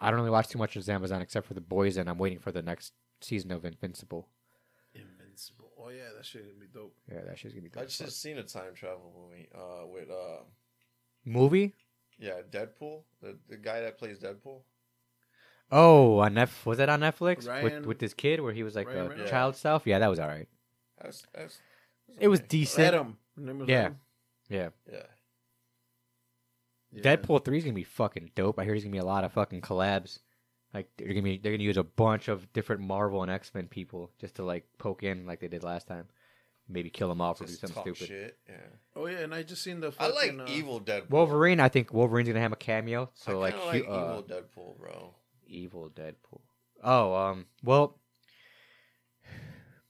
B: I don't really watch too much of Amazon except for The Boys, and I'm waiting for the next season of Invincible.
C: Invincible. Oh yeah, that shit gonna be dope.
B: Yeah, that shit's gonna be
A: I
B: good. as
A: just
B: fuck.
A: seen a time travel movie uh, with uh,
B: Movie?
A: yeah, Deadpool, the, the guy that plays Deadpool.
B: Oh, on Netf- was that on Netflix
C: Ryan-
B: with with this kid where he was like
C: Ryan
B: a
C: Reynolds?
B: child self? Yeah, that was all right.
A: That's, that's, that's
B: It was
A: okay.
B: decent.
C: Adam. Remember
B: Yeah.
C: Adam?
B: Yeah.
A: Yeah,
C: Yeah.
B: Deadpool three is gonna be fucking dope. I hear there's gonna be a lot of fucking collabs. Like they're gonna be they're gonna use a bunch of different Marvel and X Men people just to like poke in like they did last time, maybe kill them off or do
A: Just
B: something
A: talk
B: stupid.
A: shit. Yeah.
C: Oh yeah, and I just seen the.
A: I
C: Fucking,
A: like
C: uh,
A: evil Deadpool.
B: Wolverine, I think Wolverine's gonna have a cameo. So
A: I
B: like,
A: kinda
B: hu-
A: like
B: uh,
A: evil Deadpool, bro.
B: evil Deadpool. Oh, um, well,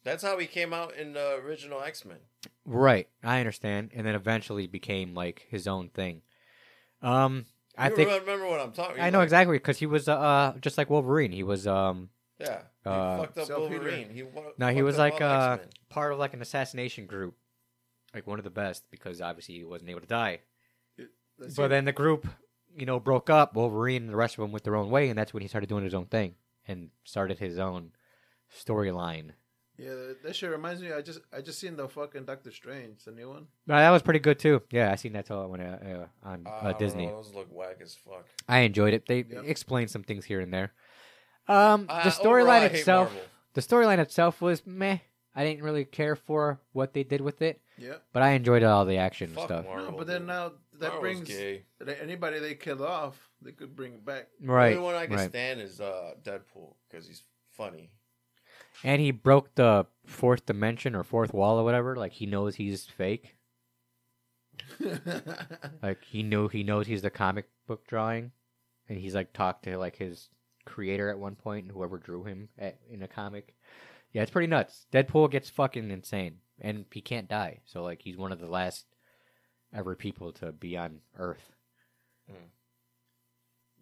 A: That's how he came out in the original X Men.
B: right, I understand. And then eventually became like his own thing. Um, I think
A: remember what I'm talking.
B: I know
A: like-
B: exactly because he was uh, uh just like Wolverine. He was um
A: Yeah, he
B: Uh,
A: fucked up
C: Self-hater.
A: Wolverine. He wa-
B: no he
A: fucked
B: was
A: up
B: like
A: all
B: uh
A: X-Men.
B: part of like an assassination group, like one of the best because obviously he wasn't able to die.
C: That's
B: But
C: it.
B: then the group you know broke up. Wolverine and the rest of them went their own way, and that's when he started doing his own thing and started his own storyline.
C: yeah, that- that shit reminds me. I just I just seen the fucking Doctor Strange, the new one.
B: No, that was pretty good too. Yeah, I seen that all when uh, uh, on
A: I
B: uh,
A: don't
B: Disney.
A: know, those look whack as fuck.
B: I enjoyed it. They
C: Yep.
B: explained some things here and there. Um,
A: I-
B: the
A: Uh, overall, I
B: storyline
A: hate
B: itself,
A: Marvel.
B: the storyline itself was meh. I didn't really care for what they did with it,
C: Yeah.
B: but I enjoyed all the action
A: Fuck
B: and stuff.
A: Marvel.
C: no, but then
A: dude.
C: now that
A: Marvel's
C: brings
A: gay.
C: that anybody they kill off, they could bring back.
B: Right,
A: The only one I can
B: right.
A: stand is uh, Deadpool because he's funny.
B: And he broke the fourth dimension or fourth wall or whatever. Like he knows he's fake. Like he knew he knows he's the comic book drawing, and he's like talked to like his creator at one point and whoever drew him at, in a comic. Yeah, it's pretty nuts. Deadpool gets fucking insane, and he can't die. So like he's one of the last ever people to be on Earth.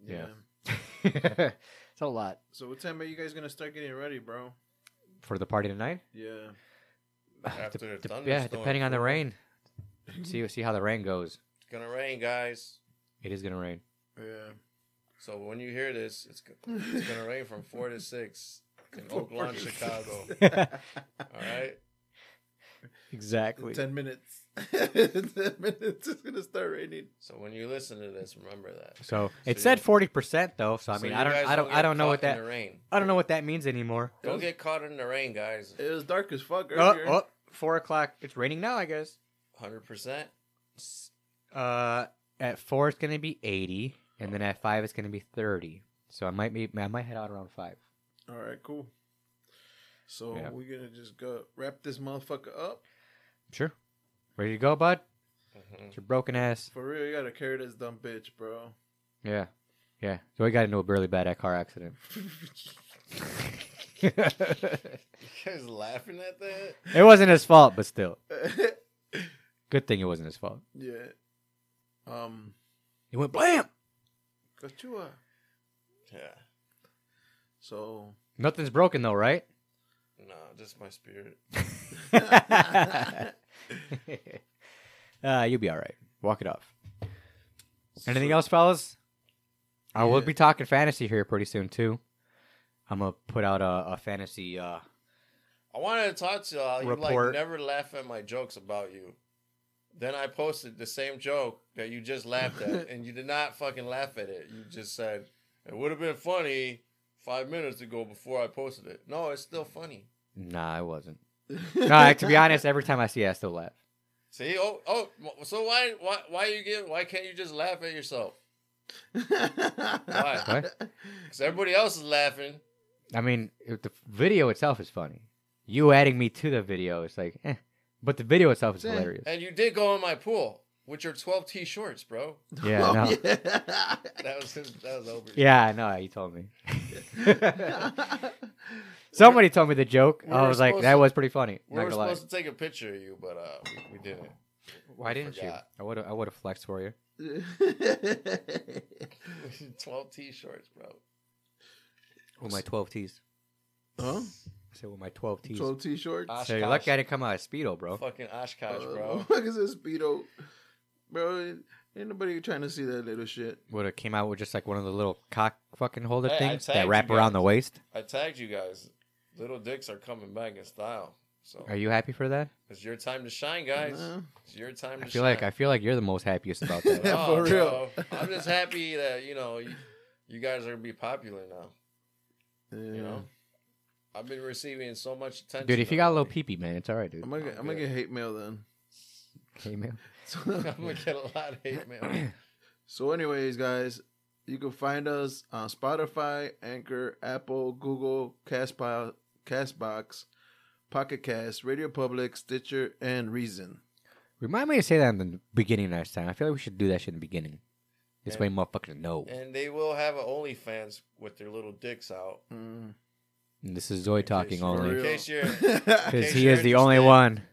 B: Yeah. it's a lot
C: So what time are you guys gonna start getting ready, bro?
B: for the party tonight.
C: Yeah.
A: After
B: Dep-
A: the
B: dep- yeah,
A: thunderstorm,
B: depending on the
A: bro.
B: rain. see see how the rain goes.
A: It's gonna rain, guys.
B: It is gonna rain.
C: Yeah.
A: So when you hear this, it's, go- it's gonna rain from four to six in Oak Lawn, Chicago. All right.
B: exactly.
C: In ten minutes. In ten minutes it's gonna start raining.
A: So when you listen to this, remember that.
B: So it
A: So
B: said
A: you-
B: forty percent though. So I
A: So
B: mean,
A: you
B: I don't,
A: guys
B: I don't, I
A: get
B: don't know
A: caught
B: what
A: in
B: that,
A: The rain.
B: I don't know what that means anymore.
A: Don't get caught in the rain, guys.
C: It was dark as fuck
B: Oh,
C: earlier.
B: oh, four o'clock. It's raining now, I guess.
A: Hundred percent.
B: Uh, at four it's gonna be eighty, and then at five it's gonna be thirty. So I might be, I might head out around five.
C: All right, cool. So
B: Yeah.
C: we're gonna just go wrap this motherfucker up.
B: Sure. Ready to go, bud?
A: Mm-hmm.
B: It's your broken ass.
C: For real, you gotta carry this dumb bitch, bro.
B: Yeah, yeah. So we got into a really bad car accident. it
A: You guys laughing at that?
B: wasn't his fault, but still, good thing it wasn't his fault.
C: yeah. Um.
B: He went blam.
C: Kachua.
A: Yeah.
C: So
B: Nothing's broken though, right?
A: No, just my spirit.
B: uh, you'll be all right. Walk it off. Anything else, fellas? I will
C: Yeah.
B: be talking fantasy here pretty soon too. I'm gonna put out a, a fantasy. Uh,
A: I wanted to talk to y'all. You like
B: Report.
A: never laugh at my jokes about you. Then I posted the same joke that you just laughed at, and you did not fucking laugh at it. You just said it would have been funny five minutes ago before I posted it. No, it's still funny.
B: nah, I wasn't. no, like, to be honest, every time I see, it, I still laugh.
A: See, oh, oh, so why, why, why you give? Why can't you just laugh at yourself? Why?
B: What?
A: Because everybody else is laughing.
B: I mean, if the video itself is funny. You adding me to the video, it's like, eh, But the video itself is
C: Yeah.
B: hilarious.
A: And you did go in my pool with your 12T shorts, bro.
B: Yeah, I know.
C: yeah.
A: That was his, that was over.
B: Yeah, I know. You told me. Somebody told me the joke.
A: we
B: I
A: were
B: was like,
A: supposed
B: that
A: to-
B: was pretty funny.
A: We
B: not
A: were
B: gonna lie.
A: supposed to take a picture of you, but uh, we, we didn't.
B: Why
A: I
B: didn't
A: forgot.
B: you? I would have. I would have flexed for you.
A: Twelve t-shirts, bro.
B: With my twelve T's.
C: huh?
B: I said with my twelve T's.
C: Twelve t-shirts.
A: Uh,
B: So you're
A: Oshkosh.
B: lucky I didn't come out of speedo, bro.
A: Fucking Oshkosh,
C: Uh,
A: bro.
C: What is this speedo, bro? Ain't nobody trying to see that little shit.
B: Would have came out with just like one of the little cock fucking holder
A: Hey, I
B: things
A: tagged
B: that
A: you
B: wrap around the
A: guys.
B: waist.
A: I tagged you guys. Little dicks are coming back in style. So
B: Are you happy for that?
A: it's your time to shine, guys.
C: No.
A: It's your time to
B: I feel
A: shine.
B: like I feel like you're the most happiest about that.
C: Yeah,
A: No,
C: for real.
A: bro. I'm just happy that you know you, you guys are gonna be popular now.
C: Yeah.
A: You know, I've been receiving so much attention.
B: Dude, if you got a little
A: lately.
B: pee pee, man, it's all right, dude.
C: I'm gonna get, I'm gonna
A: good.
C: get hate mail then.
B: Hey, man.
C: So,
A: I'm gonna get a lot of hate mail.
C: so anyways, guys, you can find us on Spotify, Anchor, Apple, Google, Castbox, Castbox, Pocket Cast, Radio Public, Stitcher, and Reason.
B: Remind me to say that in the beginning next time. I feel like we should do that shit in the beginning. This way, motherfuckers know.
A: And they will have a OnlyFans with their little dicks out.
C: Mm.
B: And this is Zoe talking
A: for
B: only
A: real. case you're-
C: yeah,
B: because
A: case
B: he
A: you're
B: is the only
A: interested.
B: one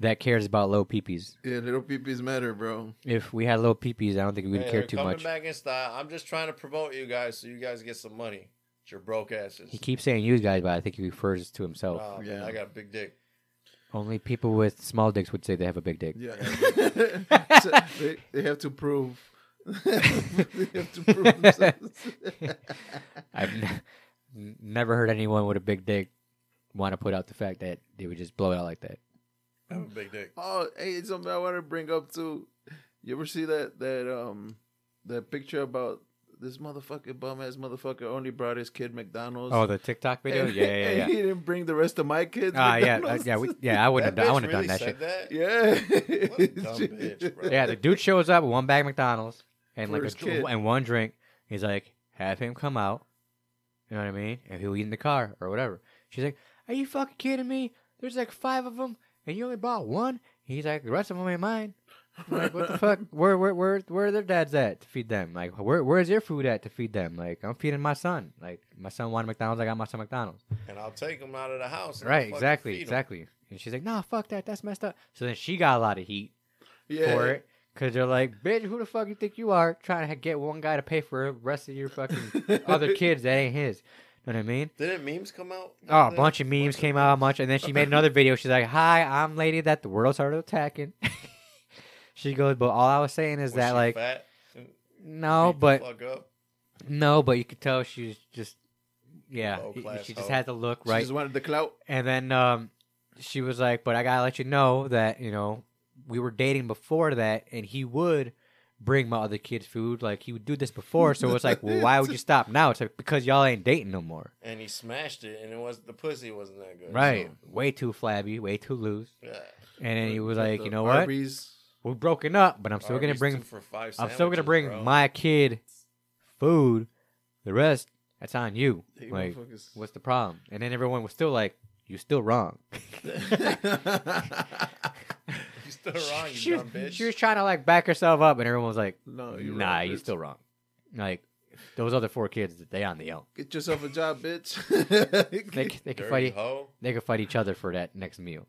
B: that cares about low peepees.
C: little peepees matter, bro.
B: If we had low peepees, I don't think we'd
A: Hey,
B: care
A: they're
B: too
A: coming
B: much.
A: back in style. I'm just trying to promote you guys so you guys get some money. It's your broke asses.
B: He keeps saying "you guys," but I think he refers to himself.
A: Nah, Oh, man,
C: Yeah.
A: I got a big dick. Oh.
B: only people with small dicks would say they have a big dick.
C: Yeah, So they, they have to prove. they have to prove themselves.
B: I've n- n- never heard anyone with a big dick want to put out the fact that they would just blow it out like that.
A: I have a big dick.
C: Oh, hey, it's something I want to bring up too. You ever see that that um that picture about this motherfucker bum ass motherfucker only brought his kid McDonald's?
B: Oh, the TikTok video.
C: And-
B: Yeah, yeah,
C: and
B: yeah.
C: He didn't bring the rest of my kids.
B: Ah, yeah, uh,
C: McDonald's.
B: yeah, we, yeah. I wouldn't have done. I
A: bitch
B: wouldn't have
A: really
B: done
A: said
B: that shit.
A: that? What
C: yeah.
A: a dumb bitch, bro.
B: Yeah, the dude shows up with one bag of McDonald's and
C: For
B: like a,
C: his kid.
B: dr- and one drink. He's like, have him come out. You know what I mean? And he'll eat in the car or whatever. She's like, are you fucking kidding me? There's like five of them, and you only bought one. He's like, the rest of them ain't mine. I'm like, what the fuck? Where, where, where, where are their dads at to feed them? Like, where, where's your food at to feed them? Like, I'm feeding my son. Like, my son wanted McDonald's. I got my son McDonald's.
A: And I'll take him out of the house. and
B: Right?
A: fucking
B: Exactly.
A: feed 'em.
B: Exactly. And she's like, nah, fuck that. That's messed up. So then she got a lot of heat
C: yeah.
B: for it because they're like, bitch, who the fuck you think you are trying to get one guy to pay for the rest of your fucking other kids that ain't his? Know what I mean?
A: Didn't memes come out?
B: Oh, a bunch of memes came out, a bunch, and then she made another video. She's like, "Hi, I'm lady that the world started attacking." she goes, "But all I was saying is
A: Was
B: that,
A: she
B: like,
A: fat? Beat
B: no,
A: the
B: but
A: fuck up?
B: no, but you could tell she's just, yeah,
A: Low
B: y-
A: class
B: she just
A: hoe.
B: had the look
C: She
B: right."
C: just wanted the clout.
B: And then um, she was like, "But I gotta let you know that you know we were dating before that, and he would bring my other kids food. Like he would do this before. So it's like, well, why would you stop now? It's like because y'all ain't dating no more,
A: And he smashed it, and it was the pussy wasn't that good.
B: right? Way too flabby, way too loose.
A: So, yeah.
B: And then he was
C: Got
B: like,
C: the
B: you know what?
C: Arby's.
B: We're broken up, but I'm still gonna
A: Arby's
B: bring
A: two for five
B: I'm still
A: sandwiches,
B: gonna bring
A: bro.
B: my kid food. The rest, that's on you.
C: Hey,
B: Like,
C: motherfuckers.
B: what's the problem? And then everyone was still like, you still wrong.
A: You're still wrong, you
B: she,
A: dumb bitch. Oh,
B: she was trying to like back herself up, and everyone was like,
C: no, you're
B: "Nah,
C: wrong,
B: you
C: bitch.
B: still wrong." Like those other four kids, they on the own.
C: get yourself a job, bitch.
B: They c- they could
A: Dirty
B: fight.
A: hoe.
B: They could fight each other for that next meal.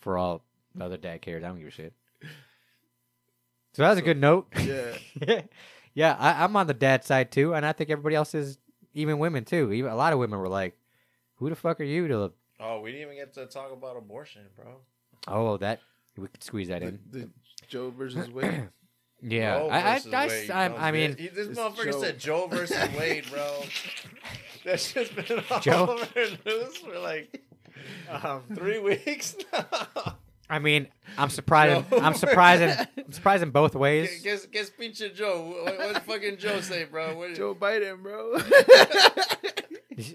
B: For all the other dad cares, I don't give a shit. So that was a good note.
C: yeah.
B: yeah, I, I'm on the dad side too, and I think everybody else is, even women too. Even a lot of women were like, "Who the fuck are you?" To
A: Oh, we didn't even get to talk about abortion, bro.
B: oh, that we could squeeze that
C: The,
B: in.
C: the Joe versus Wade.
B: Yeah,
A: Roe
B: I, I,
A: versus
B: I,
A: Wade,
B: I,
A: dumb
B: I mean,
A: bitch. He- this
C: it's
A: motherfucker
C: Joe.
A: said Joe versus Wade, bro. That's just been all
B: Joe?
A: over the news for like um, three weeks now.
B: I mean, I'm surprising.
A: No.
B: I'm surprising. I'm surprising both ways.
A: guess guess picture Joe. What, what did fucking Joe say, bro? What,
C: Joe Biden, bro.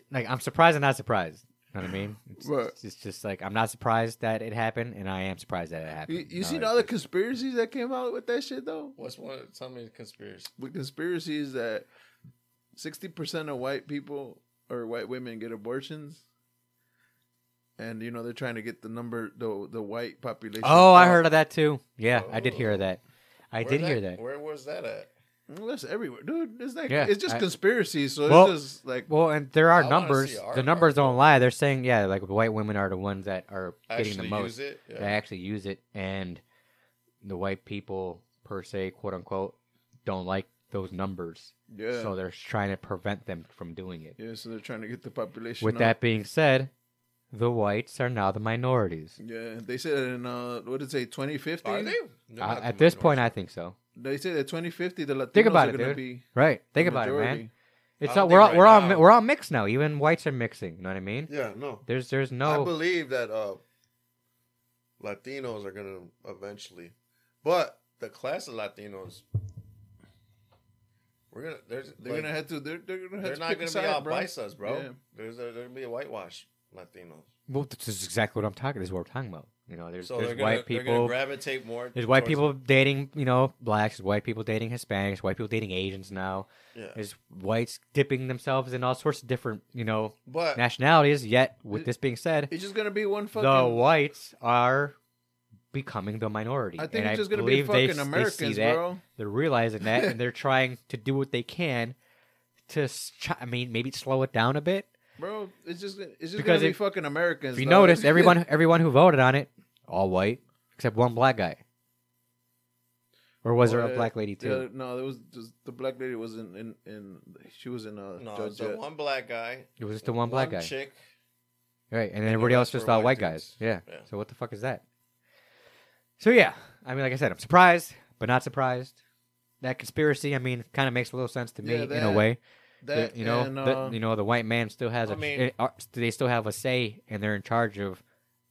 B: Like I'm surprised and not surprised. You know what I mean? It's,
C: Right.
B: it's, it's just like I'm not surprised that it happened, and I am surprised that it happened.
C: you you
B: No,
C: seen
B: it's
C: all the
B: just-
C: conspiracies that came out with that shit though?
A: What's one? Tell me the conspiracy.
C: The conspiracy is that sixty percent of white people or white women get abortions, and you know they're trying to get the number the the white population.
B: Oh, I
C: up.
B: heard of that too. Yeah, I did hear
A: Oh.
B: of that. I
A: Where
B: did hear that.
A: Where was that at?
C: Well, that's everywhere, dude. It's like
B: Yeah,
C: it's just
B: I-
C: conspiracy. So
B: Well-
C: it's just like
B: Well, and there are
A: I wanna
B: numbers.
A: see our
B: The numbers
A: article.
B: don't lie. They're saying, yeah, like white women are the ones that are getting
A: Actually
B: the most.
A: use it.
B: They
A: Yeah.
B: actually use it, and the white people per se, quote unquote, don't like those numbers.
C: yeah,
B: So they're trying to prevent them from doing it.
C: yeah. So they're trying to get the population.
B: With
C: up.
B: that being said, the whites are now the minorities.
C: yeah, they said in uh, what did it say, twenty fifty?
A: Are they? They're
B: Uh,
A: not
B: at
A: the
B: this point, I
A: minority.
B: think so.
C: They said that twenty fifty. The Latinos
B: Think about
C: are
B: it,
C: gonna
B: dude.
C: be
B: Right?
C: the
B: Think about it, man.
C: majority.
B: It's
A: I
B: all,
A: don't think
B: we're all,
A: right
B: we're all
A: now-
B: mi- we're all mixed now. Even whites are mixing. You know what I mean?
F: Yeah, no.
B: There's there's
F: I
B: no
F: believe that uh, Latinos are gonna eventually, but
A: the class of Latinos. We're gonna. There's,
C: They're
A: like,
C: gonna have to. They're, they're gonna have
A: They're
C: to
A: not
C: pick
A: gonna be
C: a side,
A: all
C: bro.
A: biceps, bro.
C: Yeah.
A: There's, there's gonna be a whitewash Latinos.
B: Well, this is exactly what I'm talking. This is what we're talking about. You know, there's
A: So
B: there's
A: they're gonna,
B: white
A: they're gonna
B: people.
A: gravitate more.
B: There's white
A: towards-
B: people dating, you know, blacks. There's white people dating Hispanics. White people dating Asians now.
A: Yeah.
B: There's whites dipping themselves in all sorts of different, you know,
A: But
B: nationalities. Yet,
A: uh,
B: with
C: It-
B: this being said,
C: It's just gonna be one fucking.
B: the whites are becoming the minority.
C: I think
B: and
C: it's just
B: I
C: gonna be
B: believe they,
C: fucking
B: they see
C: Americans,
B: that.
C: bro.
B: They're realizing that, and they're trying to do what they can to, s- try, I mean, maybe slow it down a bit.
C: Bro, it's just it's just
B: Because
C: gonna be
B: if-
C: fucking Americans.
B: If you
C: dog.
B: notice, everyone everyone who voted on it, all white except one black guy. Or was
C: Oh,
B: there
C: yeah.
B: a black lady
C: The other-
B: too?
C: no, there was just, the black lady was in, in, in she was in uh
A: no,
C: Judge
A: it's the
C: Judd.
A: one black guy,
B: It was just the one black guy,
A: chick.
B: right? And then
A: the
B: everybody else
A: rest were
B: just all
A: white
B: white
A: dudes.
B: guys. Yeah.
A: Yeah.
B: So what the fuck is that? So yeah, I mean, like I said, I'm surprised, but not surprised. That conspiracy, I mean, kind of makes a little sense to me
C: Yeah,
B: in a
C: that-
B: way.
C: that
B: you know,
C: and,
B: the-
C: uh,
B: you know, the white man still has.
A: I
B: a
A: mean-
B: it- uh, they still have a say, and they're in charge of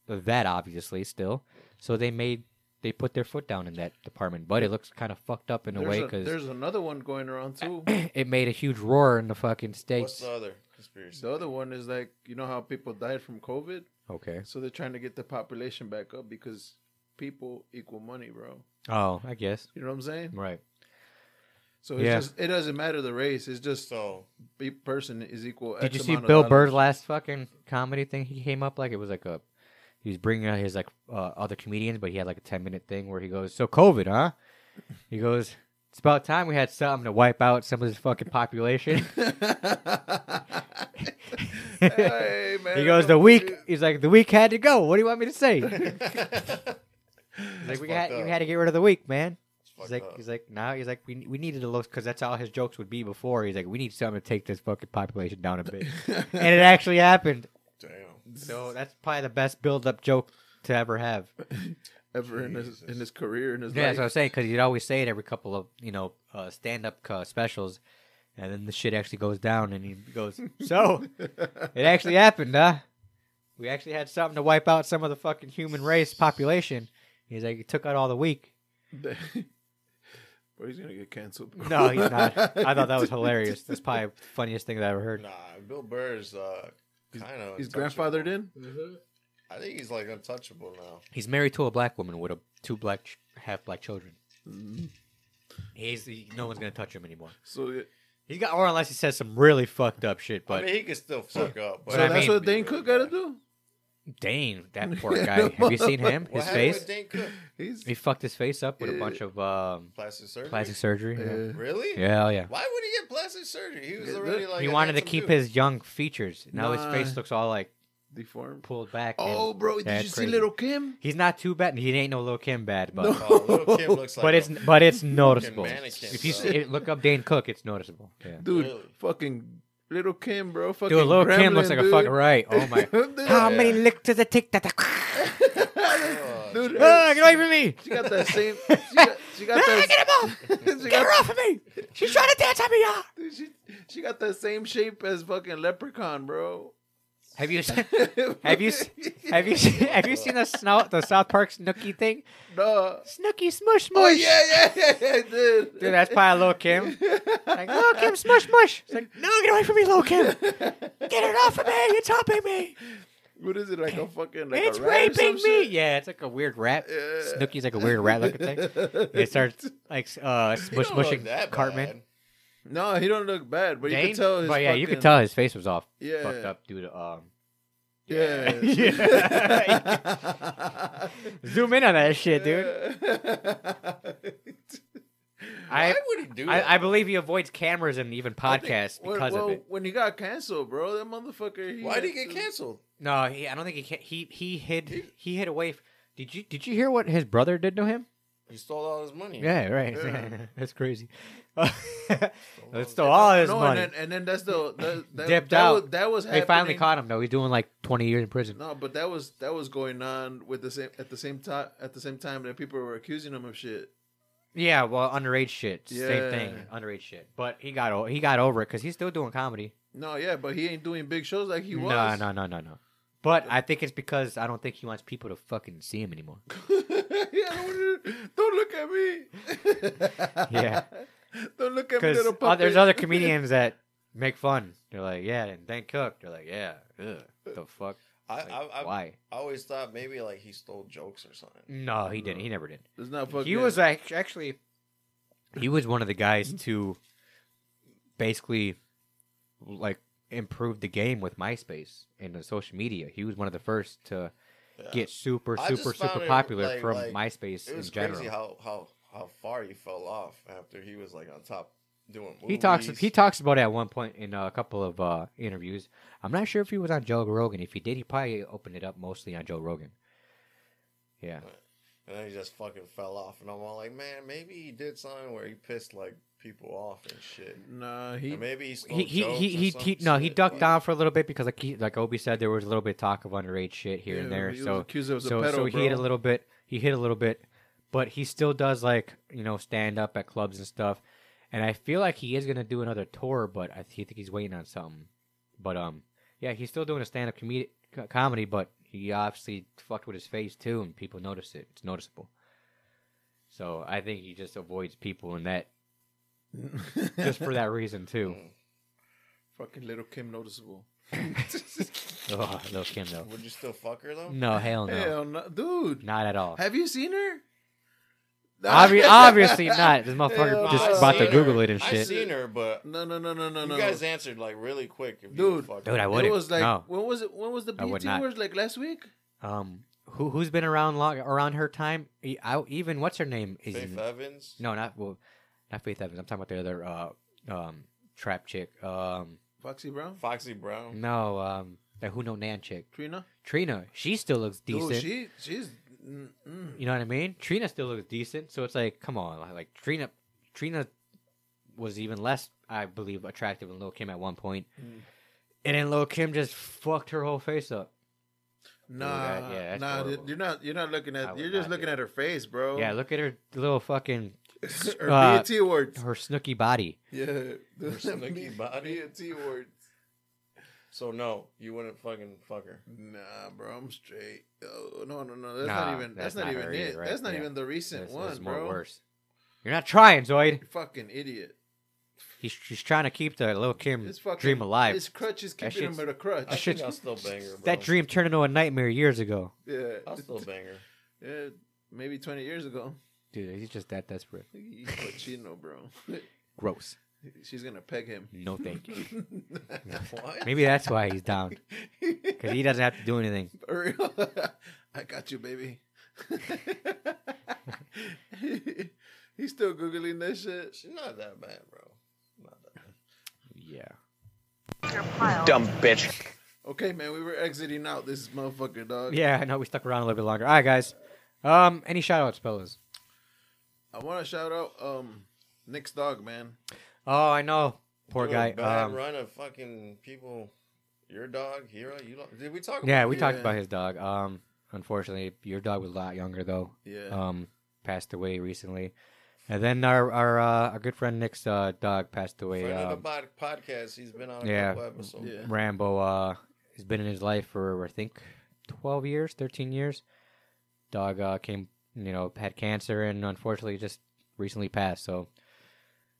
B: that, obviously, still. So they made they put their foot down in that department, but it looks kind of fucked up in a
C: there's
B: way
C: a-
B: because
C: there's another one going around too.
B: it made a huge roar in the fucking
A: What's
B: states.
A: the other conspiracy?
C: the other one is like you know how people died from COVID,
B: Okay.
C: so they're trying to get the population back up because people equal money, bro.
B: Oh, I guess.
C: You know what I'm saying?
B: Right.
C: So it's
B: Yeah.
C: just, it doesn't matter the race. It's just
A: so
C: each person is equal.
B: Did
C: X
B: you see
C: amount of
B: Bill
C: dollars.
B: Burr's last fucking comedy thing? He came up like it was like a he was bringing out his like uh, other comedians, but he had like a ten minute thing where he goes, "So COVID, huh?" He goes, "It's about time we had something to wipe out some of this fucking population."
C: hey, man,
B: he goes, "The week." He's like, "The week had to go." What do you want me to say? He's like, "We had you had to get rid of the week, man." He's like, he's like, now he's like, we we needed a low because that's how his jokes would be before. He's like, we need something to take this fucking population down a bit, and it actually happened.
A: damn.
B: So that's probably the best build up joke to ever have.
C: ever in his in his career in his
B: Yeah, that's what I'm
C: life.
B: saying because you'd always say it every couple of you know uh, stand up uh, specials, and then the shit actually goes down, and he goes, "So it actually happened, huh? We actually had something to wipe out some of the fucking human race population." He's like, "It took out all the weak."
C: Bro, he's gonna get canceled.
B: No, he's not. I thought that was hilarious. That's probably the funniest thing that I ever heard.
A: Nah, Bill Burr is uh, kind of
C: He's grandfathered in.
A: I think he's like untouchable now.
B: He's married to a black woman with a two black ch- half black children. Mm-hmm. He's he, no one's gonna touch him anymore.
C: So, yeah.
B: He's got, or unless he says some really fucked up shit. But
A: I mean, he could still fuck up. But
C: so
B: what I
C: that's
B: mean.
C: what Dane Cook got to do.
B: Dane, that poor guy. Have you seen him?
A: What
B: His
A: happened
B: face.
A: with Dane Cook?
C: He's
B: He fucked his face up with a
C: Uh,
B: bunch of um,
A: Plastic surgery.
B: plastic surgery.
C: uh,
A: Really?
B: Yeah, oh, yeah.
A: Why would he get plastic surgery? He was
C: Yeah,
A: already
C: that-
A: like
B: he
A: a
B: wanted to
A: handsome
B: keep
A: dude.
B: his young features. Now his face
C: Nah.
B: looks all like
C: deformed.
B: pulled back. and-
C: Oh, bro, did
B: Yeah,
C: you
B: it's
C: see
B: crazy.
C: Little Kim?
B: He's not too bad. and He ain't no little Kim bad, but
A: Oh, little Kim looks like.
B: but
A: a-
B: it's but it's noticeable.
A: mannequin,
B: If you
A: bro.
B: see, it- look up Dane Cook, it's noticeable. Yeah.
C: Dude,
A: Really?
C: fucking Little Kim, bro. Fucking
B: Dude, little Kim
C: gremlin,
B: looks like
C: dude.
B: a fucking right. Oh my.
C: Dude,
B: How
A: Yeah.
B: many licks does it take? That
A: Oh,
C: dude,
A: dude.
B: ah, get away from me!
C: she got that same. She got, she got
B: Ah,
C: that.
B: get him off!
C: She
B: Get her
C: got,
B: off of me! She's trying to dance on me, y'all.
C: dude, she, she got that same shape as fucking Leprechaun, bro.
B: Have you seen? Have you s- have you seen, have you seen the snow, the South Park Snooki thing?
C: No.
B: Snooki smush smush.
C: Oh yeah, yeah, yeah, yeah, dude.
B: Dude, that's probably Lil Kim. Like, Lil Kim, smush, smush. It's like, no, get away from me, Lil Kim. Get it off of me. It's helping me.
C: What is it like a fucking like
B: it's
C: a rat or some
B: raping me.
C: shit?
B: Yeah, it's like a weird rat.
C: Yeah.
B: Snooki's like a weird rat looking thing. It starts like uh,
A: He
B: smush,
A: don't look
B: smushing
A: that
B: Cartman.
A: bad.
C: No, he don't look bad, but you
B: Dane?
C: can tell. His
B: But yeah, you
C: fucking-
B: could tell his face was off
C: Yeah,
B: fucked up due to um,
C: Yeah.
B: Yeah. Zoom in on that shit, dude. I-
A: Why would he do that?
B: I, I believe he avoids cameras and even podcasts
C: Well,
B: because
C: well,
B: of it.
C: When he got canceled, bro, that motherfucker. He
A: Why did he
C: had
A: get
C: to-
A: canceled?
B: No, he, I don't think he can. He he hid he hid away. f- Did you did you hear what his brother did to him?
A: He stole all his money.
B: Yeah, right.
C: Yeah.
B: That's crazy. Let's stole all his
C: No,
B: money.
C: and then, and then that's the that, that,
B: Dipped
C: that
B: out.
C: Was, that was
B: they finally
C: happening-
B: caught him though. He's doing like twenty years in prison.
C: No, but that was that was going on with the same at the same time at the same time that people were accusing him of shit.
B: Yeah, well, underage shit. Same thing,
C: Yeah.
B: underage shit. But he got o- he got over it because he's still doing comedy.
C: No, yeah, but he ain't doing big shows like he was.
B: No, no, no, no, no. But I think it's because I don't think he wants people to fucking see him anymore.
C: yeah, I wonder- don't look at me.
B: Yeah.
C: Don't look at me,
B: Because
C: little puppet.
B: there's other comedians that make fun. They're like, yeah, and Dan Cook. They're like, yeah, ugh, the fuck,
A: I,
B: Like,
A: I, I,
B: why?
A: I always thought maybe like he stole jokes or something.
B: No, he
A: Uh,
B: didn't. He never did.
C: It's not fucking.
B: He was act- actually, he was one of the guys to basically like improve the game with MySpace and the social media. He was one of the first to
A: Yeah.
B: get super,
A: Uh, I
B: super,
A: just found
B: super
A: it,
B: popular
A: like-
B: from
A: like,
B: MySpace
A: It
B: in
A: was
B: general.
A: crazy how how how far he fell off after he was like on top doing. Movies.
B: he talks. He talks about it at one point in a couple of uh, interviews. I'm not sure if he was on Joe Rogan. If he did, he probably opened it up mostly on Joe Rogan. Yeah,
A: and then he just fucking fell off, and I'm all like, man, maybe he did something where he pissed like people off and shit.
C: Nah, he.
A: Or maybe he stole
B: he he
A: jokes
B: he,
A: or
B: he,
A: some
B: he no he
A: shit,
B: ducked
A: but-
B: down for a little bit because like he, like Obi said there was a little bit of talk of underage shit here and
C: yeah,
B: there.
C: He
B: so
C: was accused of a
B: so
C: pedo,
B: so he
C: bro.
B: hit a little bit. He hit a little bit, but he still does like you know stand up at clubs and stuff. And I feel like he is gonna do another tour, but I th- think he's waiting on something. But um, yeah, he's still doing a stand up comedi- co- comedy, but he obviously fucked with his face too, and people notice it. It's noticeable. So I think he just avoids people in that just for that reason too.
C: fucking little Kim noticeable.
B: Oh, little Kim though.
A: Would you still fuck her though?
B: Oh, No, hell no,
C: Hell no, dude.
B: not at all.
C: Have you seen her?
B: Obvi- obviously not. This motherfucker
C: Hell
B: just
C: no.
B: about to
A: I've seen
B: Google
A: her.
B: it and
A: I've
B: shit.
A: seen her, but
C: No, no, no, no, no,
A: you
C: no.
A: guys answered like really quick. If you
C: Dude.
A: fuck
B: Dude, I
A: her.
B: would- wouldn't.
C: It was like
B: No.
C: when was it? When was the
B: I would
C: BT
B: not.
C: Awards? Like last week?
B: Um, who who's been around long around her time? E- I, even what's her name is
A: Faith Evans.
B: no, not well, not Faith Evans. I'm talking about the other uh um trap chick. Um,
C: Foxy Brown,
A: Foxy Brown.
B: no, um, the who no nan chick.
C: Trina.
B: Trina, she still looks decent.
C: Dude, she she's. Mm, mm.
B: you know what I mean? Trina still looks decent. So it's like, come on, like Trina, Trina was even less, I believe, attractive than Lil Kim at one point.
C: Mm.
B: And then Lil Kim just fucked her whole face up.
C: Nah,
B: that- yeah, that's
C: nah,
B: horrible.
C: you're not. You're not looking
B: I
C: at.
B: would
C: You're just
B: not
C: looking
B: do
C: at her face, bro.
B: Yeah, look at her little fucking
C: her
B: uh,
C: BT Awards.
B: her snooky body.
C: Yeah,
A: Her slinky body.
C: BT Awards.
A: So no, you wouldn't fucking fuck her.
C: Nah, bro, I'm straight. Oh, no, no, no. That's
B: Nah,
C: not even.
B: that's
C: That's, not,
B: not
C: even
B: her
C: it.
B: either, right?
C: That's not
B: Yeah.
C: even the recent
B: This-
C: one,
B: this is more
C: bro.
B: worse. You're not trying, Zoid.
C: You fucking idiot.
B: He's she's trying to keep the little Kim
C: This fucking
B: Hmm. dream alive.
C: His crutch is
B: That
C: keeping him
B: shit's-
C: with a crutch.
A: I
B: shit's-
A: think I'll still bang her. Bro.
B: that dream turned into a nightmare years ago.
C: yeah,
A: I'll still bang her.
C: yeah, maybe twenty years ago.
B: Dude, he's just that desperate.
C: He's Pacino, bro.
B: Gross.
C: She's gonna peg him.
B: No thank you.
A: What?
B: Maybe that's why he's down. Because he doesn't have to do anything.
C: For real. I got you, baby. He's still googling that shit.
A: She's not that bad, bro. Not that bad.
B: Yeah.
D: Dumb bitch.
C: Okay, man, we were exiting out this motherfucker, dog.
B: Yeah, I know we stuck around a little bit longer. All right, guys. Um, any shout outs, fellas?
C: I want to shout out um Nick's dog, man.
B: Oh, I know. Poor
A: Doing
B: guy.
A: Bad
B: Um,
A: run of fucking people. Your dog, hero. You lo- did we talk?
B: yeah, we
A: it?
B: talked
C: Yeah.
B: about his dog. Um, unfortunately, your dog was a lot younger though.
C: Yeah.
B: um, passed away recently. And then our our uh, our good friend Nick's uh, dog passed away.
A: Friend of the
B: um,
A: bod- podcast. He's been on a
B: yeah.
A: couple episodes.
C: yeah.
B: Rambo uh, has been in his life for I think twelve years, thirteen years. Dog uh, came, you know, had cancer and unfortunately just recently passed. So,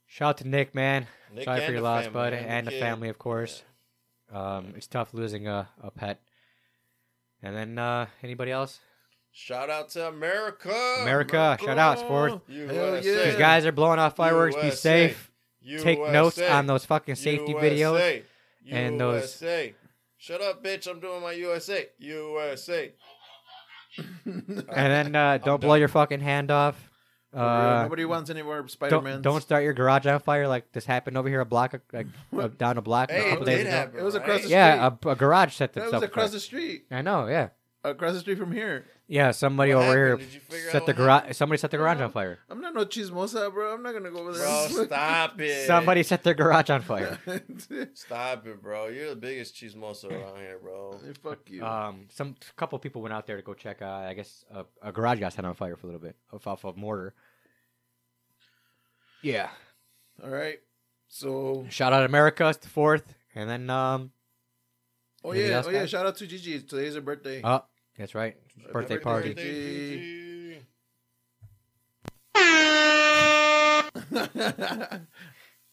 B: shout out to Nick, man.
A: Nick
B: Sorry for
A: and
B: your
A: the
B: loss,
A: family
B: bud,
A: and the
B: and the
A: kid.
B: family, of course. Um, it's tough losing a, a pet. And then uh, anybody else?
A: Shout out to America.
B: America, shout outs
C: Oh,
B: for
C: Hell
A: USA.
B: these
C: yeah.
B: guys are blowing off fireworks. Be
A: USA.
B: safe. Take notes
A: USA.
B: on those fucking safety videos.
A: USA.
B: and those-
A: USA. Shut up, bitch. I'm doing my USA. USA.
B: And then uh, don't blow
A: done.
B: your fucking hand off. Uh,
C: Nobody wants any more Spider Man.
B: don't, don't start your garage on fire like this happened over here a block like uh, down a block a
A: Hey,
B: couple
A: it
B: days
A: did
B: ago.
A: happen.
C: It was across the
A: right?
B: Yeah, a, a garage set
C: That
B: themselves.
C: was across
B: fire.
C: the street.
B: I know. Yeah,
C: Across the street from here.
B: yeah. Somebody
A: What
B: over
A: happened? Did you
B: here
A: figure
B: set
A: out
B: the
A: what
B: garage. Somebody set the garage on fire.
C: I'm not no chismosa, bro. I'm not gonna go over there.
A: Bro, stop it.
B: Somebody set their garage on fire.
A: Stop it, bro. You're the biggest chismoso around here, bro.
C: Fuck you.
B: Um, some couple people went out there to go check. Uh, I guess a, a garage got set on fire for a little bit off, off of mortar. Yeah.
C: All right. So,
B: Shout out America, it's the fourth, and then um,
C: oh
B: Anything
C: yeah,
B: else,
C: oh yeah.
B: guys?
C: Shout out to Gigi. Today's her birthday.
B: oh, that's right, birthday
A: Happy
B: party.
A: birthday, Gigi.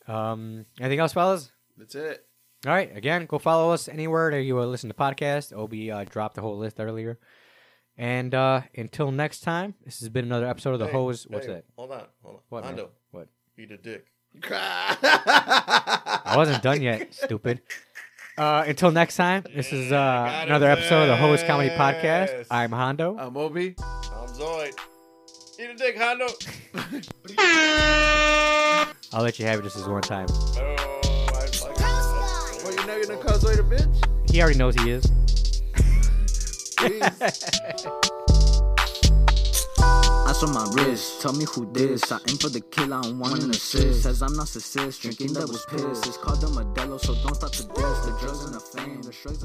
B: Um, anything else, fellas?
C: That's it.
B: All right, again, go follow us anywhere that you uh, listen to podcasts. Obi uh, dropped the whole list earlier. And uh, until next time, this has been another episode of the
A: Hey,
B: Hose. What's
A: hey,
B: that?
A: Hold on, hold on.
B: What, man?
A: Hondo,
B: What?
A: eat a dick.
B: I wasn't done yet, stupid. Uh, until next time, this is uh,
A: Got Uh, it,
B: another episode of the Hose Comedy Podcast.
A: yes.
B: I'm Hondo.
C: I'm Obi.
A: I'm Zoid. Eat a dick, Hondo.
B: I'll let you have it just this one time.
A: Oh, I fucking.
C: Well, you know you're gonna cause later, bitch.
B: He already knows he is.
C: Peace.
G: Ice on my wrist, tell me who this. I aim for the kill, I don't want an assist. Says I'm narcissist, drinking that was piss. It's called the Modelo, so don't stop to diss. The drug